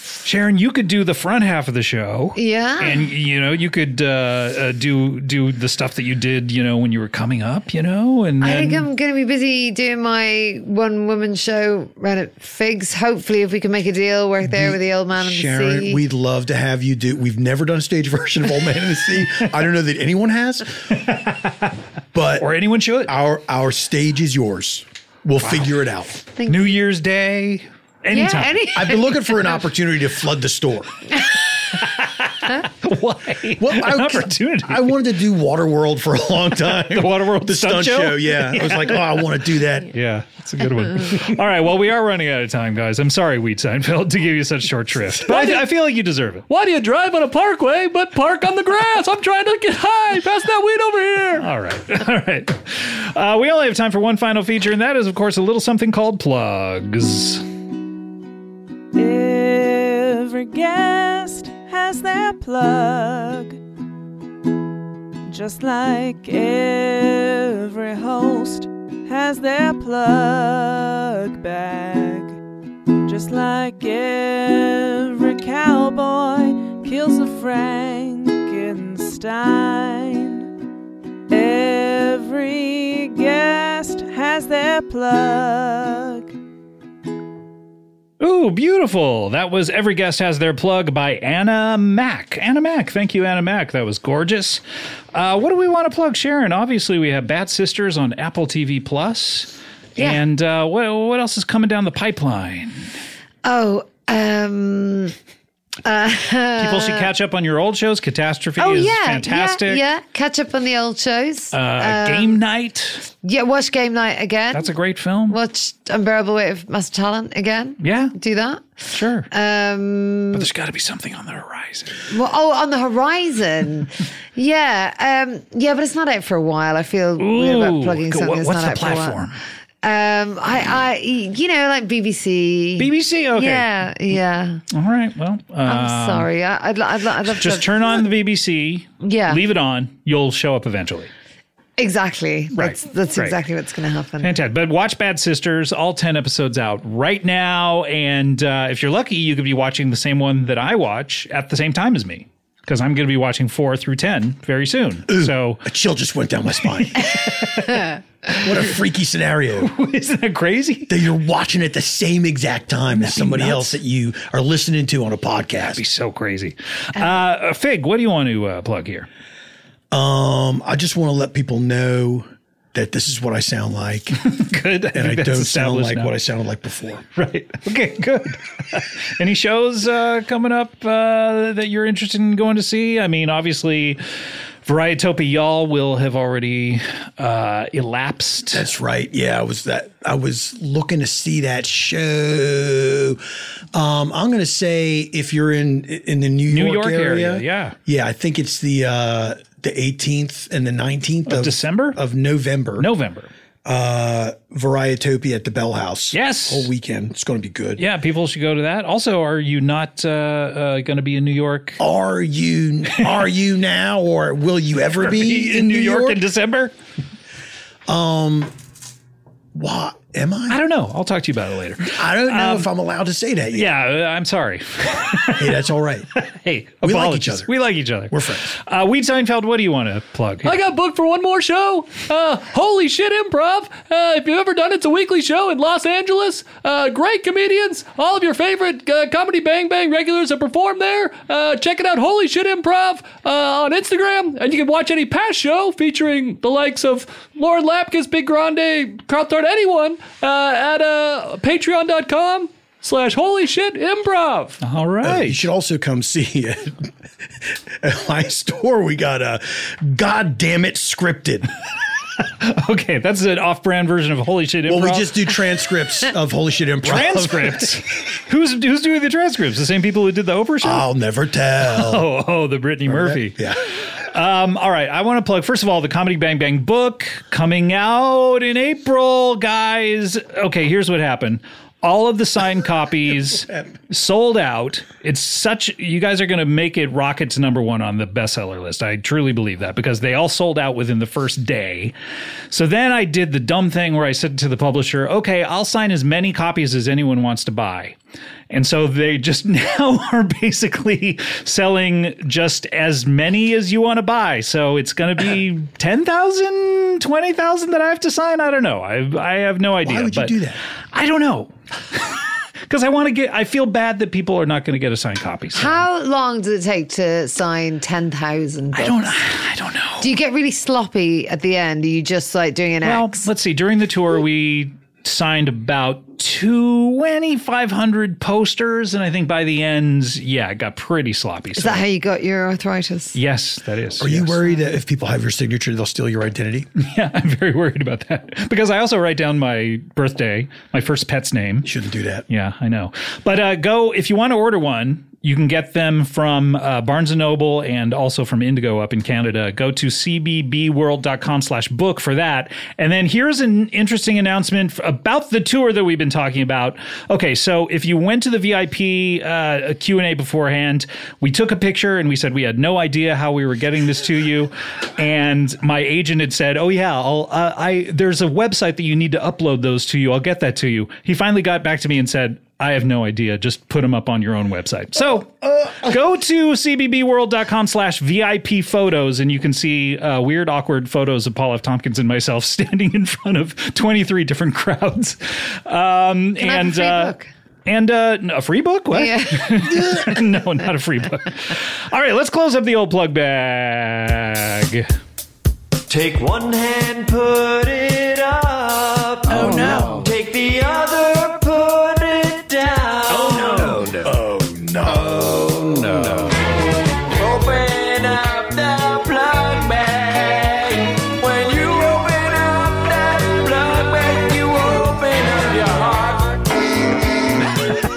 S2: Sharon, you could do the front half of the show.
S3: Yeah.
S2: and you know you could uh, uh, do do the stuff that you did you know when you were coming up you know and
S3: I
S2: then
S3: think I'm going to be busy doing my one woman show round at Figs. Hopefully, if we can make a deal, work there with the old man and the
S5: Sharon,
S3: sea.
S5: we'd love to have you do. We've never done a stage version of Old Man in the Sea. I don't know that anyone has, but
S2: or anyone should
S5: our our stage is yours. We'll figure it out.
S2: New Year's Day anytime
S3: Yeah, any,
S5: I've been looking for an opportunity to flood the store.
S4: Why?
S5: Well, I,
S2: An opportunity.
S5: I wanted to do Waterworld for a long time. the
S2: Waterworld
S5: the
S2: stunt
S5: stunt,
S2: show?
S5: show. Yeah. I was like, oh, I want to do that.
S2: Yeah, that's a good one. All right, well, we are running out of time, guys. I'm sorry, Weed Seinfeld, to give you such short shrift, but I, I feel like you deserve it.
S6: Why do you drive on a parkway but park on the grass? I'm trying to get high. Pass that weed over here.
S2: All right, all right. Uh, we only have time for one final feature, and that is, of course, a little something called plugs.
S7: Every guest has their plug. Just like every host has their plug bag. Just like every cowboy kills a Frankenstein. Every guest has their plug.
S2: Ooh, beautiful. That was Every Guest Has Their Plug by Anna Mack. Anna Mack. Thank you, Anna Mack. That was gorgeous. Uh, what do we want to plug, Sharon? Obviously, we have Bat Sisters on Apple TV Plus.
S3: Yeah.
S2: And uh, what, what else is coming down the pipeline?
S3: Oh, um,
S2: People should catch up on your old shows. Catastrophe
S3: Uh, oh
S2: is
S3: yeah,
S2: fantastic.
S3: yeah, yeah. Catch up on the old shows.
S2: Uh, Game Night.
S3: yeah, watch Game Night again.
S2: That's a great film.
S3: watch Unbearable Weight of Massive Talent again.
S2: yeah,
S3: Do that.
S2: sure.
S3: Um,
S2: but there's got to be something on the horizon.
S3: well, oh, on the horizon. yeah, um, yeah, but it's not out for a while. I feel weird about
S2: Ooh,
S3: plugging
S2: go-
S3: something
S2: what- what's
S3: that's not
S2: the
S3: out for a while.
S2: platform?
S3: Um, I, I, you know, like BBC.
S2: BBC. Okay.
S3: Yeah, Um, yeah.
S2: All right. Well, uh,
S3: I'm sorry. I, I'd, lo- I'd, lo- I'd love
S2: just
S3: to.
S2: turn on the BBC.
S3: Yeah.
S2: Leave it on. You'll show up eventually.
S3: exactly.
S2: Right,
S3: That's, that's
S2: right.
S3: exactly what's going to happen.
S2: Fantastic. But watch Bad Sisters, all 10 episodes out right now. And uh, if you're lucky, you could be watching the same one that I watch at the same time as me. Because I'm going to be watching four through 10 very soon. So,
S5: A chill just went down my spine. what a freaky scenario
S2: isn't that crazy?
S5: that you're watching at the same exact time as somebody else that you are listening to on a podcast.
S2: So crazy. Uh, Fig, what do you want to uh, plug here?
S5: Um, I just want to let people know that this is what I sound like, and
S2: Good. I,
S5: I
S2: think that's
S5: don't sound
S2: established
S5: like
S2: now.
S5: what I sounded like before.
S2: Right. Okay, good. Any shows uh, coming up uh, that you're interested in going to see? I mean, obviously, Varietopia Y'all will have already uh, elapsed.
S5: That's right. Yeah, I was that. I was looking to see that show. Um, I'm going to say if you're in in the New,
S2: New
S5: York,
S2: York area,
S5: area,
S2: yeah.
S5: yeah. I think it's the uh, the 18th and the 19th of,
S2: December?
S5: of November.
S2: November.
S5: uh, Varietopia at the Bell House.
S2: Yes.
S5: whole weekend. It's going to be good.
S2: Yeah, people should go to that. Also, are you not uh, uh, going to be in New York?
S5: Are you are you now or will you ever be in, New, York?
S2: in December?
S5: Why am I?
S2: I don't know. I'll talk to you about it later.
S5: I don't know if I'm allowed to say that yet.
S2: Yeah, uh, I'm sorry.
S5: Hey, that's all right.
S2: Hey,
S5: We like
S2: apologies.
S5: each other.
S2: We like each other.
S5: We're friends.
S2: Uh, Weed Seinfeld, what do you want to plug?
S6: I got booked for one more show. Uh, Holy Shit Improv. Uh, if you've ever done it, it's a weekly show in Los Angeles. Uh, great comedians. All of your favorite uh, Comedy Bang Bang regulars have performed there. Uh, check it out, Holy Shit Improv, uh, on Instagram. And you can watch any past show featuring the likes of Lauren Lapkus, Big Grande, Carl Thorne, anyone uh, at uh, patreon.com slash holy shit improv.
S2: All right.
S5: You should also come see it. At my store, we got a God damn it scripted.
S2: Okay, that's an off-brand version of Holy Shit Improv.
S5: Well, we just do transcripts of Holy Shit Improv.
S2: transcripts. who's who's doing the transcripts? The same people who did the Oprah show.
S5: I'll never tell.
S2: oh, oh, the Brittany Murphy.
S5: Yeah.
S2: Um, all right, I want to plug first of all the Comedy Bang Bang book coming out in April, guys. Okay, here's what happened. All of the signed copies sold out. It's such you guys are going to make it rocket to number 1 on the bestseller list. I truly believe that because they all sold out within the first day. So then I did the dumb thing where I said to the publisher, "Okay, I'll sign as many copies as anyone wants to buy." And so they just now are basically selling just as many as you want to buy. So it's going to be 10,000, 20,000 that I have to sign. I don't know. I, I have no idea.
S5: would you
S2: but
S5: do that?
S2: I don't know. Because I want to get, I feel bad that people are not going to get a signed copy. So
S3: How long does it take to sign 10,000 books?
S2: I don't, I don't know.
S3: Do you get really sloppy at the end? Are you just like doing an
S2: Well,
S3: X?
S2: let's see. During the tour, we signed about 2,500 posters, and I think by the end, yeah, it got pretty sloppy.
S3: Is
S2: so-
S3: that how you got your arthritis?
S2: yes, that is.
S5: Are you worried that if people have your signature, they'll steal your identity?
S2: Yeah, I'm very worried about that because I also write down my birthday, my first pet's name.
S5: Shouldn't do that.
S2: Yeah, I know. But uh, go if you want to order one. You can get them from uh, Barnes and Noble and also from Indigo up in Canada. Go to cbbworld.com/book for that. And then here's an interesting announcement f- about the tour that we've been talking about. Okay, so if you went to the VIP uh, Q and A beforehand, we took a picture and we said we had no idea how we were getting this to you, and my agent had said, "Oh yeah, I'll, uh, I there's a website that you need to upload those to you. I'll get that to you." He finally got back to me and said, "I have no idea. Just put them up on your own website." So go to cbbworld.com/vip photos, and you can see uh, weird, awkward photos of Paul F. Tompkins and myself standing in front of 23 different crowds. Um,
S3: I have a
S2: and
S3: free
S2: uh,
S3: book?
S2: and uh, a free book? What?
S3: Yeah.
S2: no, not a free book. All right, let's close up the old plug bag.
S8: Take one hand, put it up. Oh no. Take the other, put it down. Oh no. Oh no. Oh no. Open up the plug bag. When you open up that plug bag, you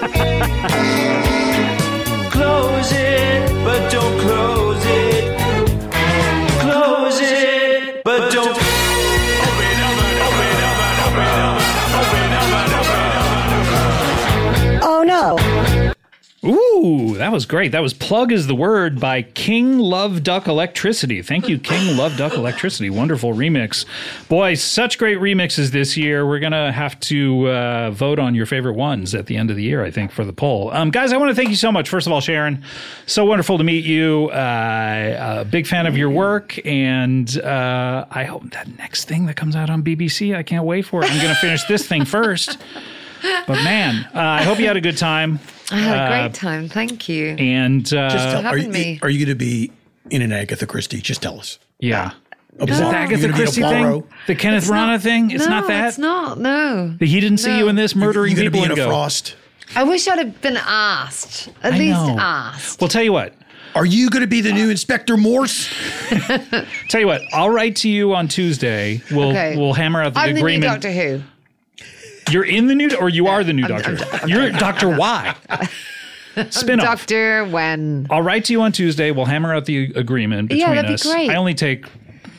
S8: open up your heart. close it, but don't close it. Close it, but don't.
S2: Ooh, that was great. That was Plug is the Word by King Love Duck Electricity. Thank you, King Love Duck Electricity. Wonderful remix. Boy, such great remixes this year. We're going to have to uh, vote on your favorite ones at the end of the year, I think, for the poll. Um, guys, I want to thank you so much. First of all, Sharon, so wonderful to meet you. Uh, a big fan of your work. And uh, I hope that next thing that comes out on BBC, I can't wait for it. I'm going to finish this thing first. But man, uh, I hope you had a good time.
S3: I had a
S2: Uh,
S3: great time. Thank you.
S2: And uh,
S5: Just tell, are,
S3: having
S5: you,
S3: me.
S5: are you going to be in an Agatha Christie? Just tell us.
S2: yeah.
S5: A
S2: Is it the
S5: Poirot? You're
S2: Agatha
S5: gonna be a
S2: Christie
S5: Poirot?
S2: thing? The Kenneth Branagh thing? It's
S3: no,
S2: not that?
S3: It's not. No.
S2: He didn't see
S3: No.
S2: you in this murdering
S5: You're
S2: people
S5: going to
S2: and
S5: be in
S2: go.
S5: a frost.
S3: I wish I'd have been asked. At
S2: I
S3: least
S2: know.
S3: asked.
S2: Well, tell you what.
S5: Are you going to be the new Inspector Morse?
S2: Tell you what. I'll write to you on Tuesday. We'll
S3: Okay.
S2: we'll hammer out the
S3: I'm the new
S2: agreement.
S3: Doctor Who.
S2: You're in the new, or you are the new
S3: I'm-
S2: doctor.
S3: I'm- I'm-
S2: You're Doctor Y. Spin off.
S3: Doctor when?
S2: I'll write to you on Tuesday. We'll hammer out the agreement between
S3: Yeah, that'd be
S2: us.
S3: great.
S2: I only take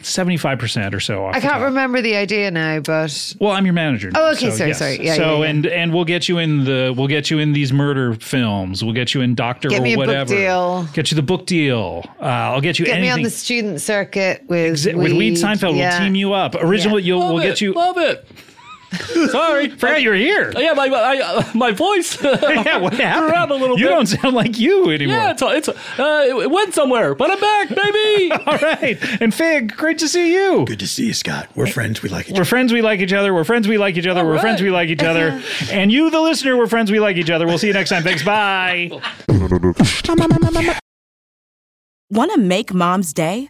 S2: seventy five percent or so off.
S3: I
S2: the
S3: can't
S2: top.
S3: remember the idea now, but
S2: Well, I'm your manager.
S3: Oh, okay, sorry, sorry. Yeah,
S2: so
S3: yeah, yeah.
S2: and and we'll get you in the we'll get you in these murder films. We'll get you in Doctor
S3: Get
S2: or
S3: me a book
S2: whatever.
S3: deal.
S2: Get you the book deal. Uh, I'll get you
S3: get me
S2: anything.
S3: on the student circuit with
S2: Z- with Weed Seinfeld,
S3: yeah.
S2: we'll team you up. Original,
S3: Yeah.
S2: you'll
S6: Love
S2: we'll
S6: it,
S2: get you.
S6: Love it. Sorry.
S2: Forgot you were here.
S6: Yeah, my my, I, uh, my voice.
S2: yeah, what happened?
S6: around a little
S2: you
S6: bit.
S2: don't sound like you anymore.
S6: yeah, it's it's uh, it went somewhere, but I'm back, baby.
S2: All right. And Fig, great to see you.
S5: Good to see you, Scott. We're friends. We like each
S2: We're
S5: other.
S2: friends, we like each other. We're friends, we like each other. we're
S6: right.
S2: friends, we like each other. and you, the listener, we're friends, we like each other. We'll see you next time. Thanks. Bye.
S9: Want to make mom's day?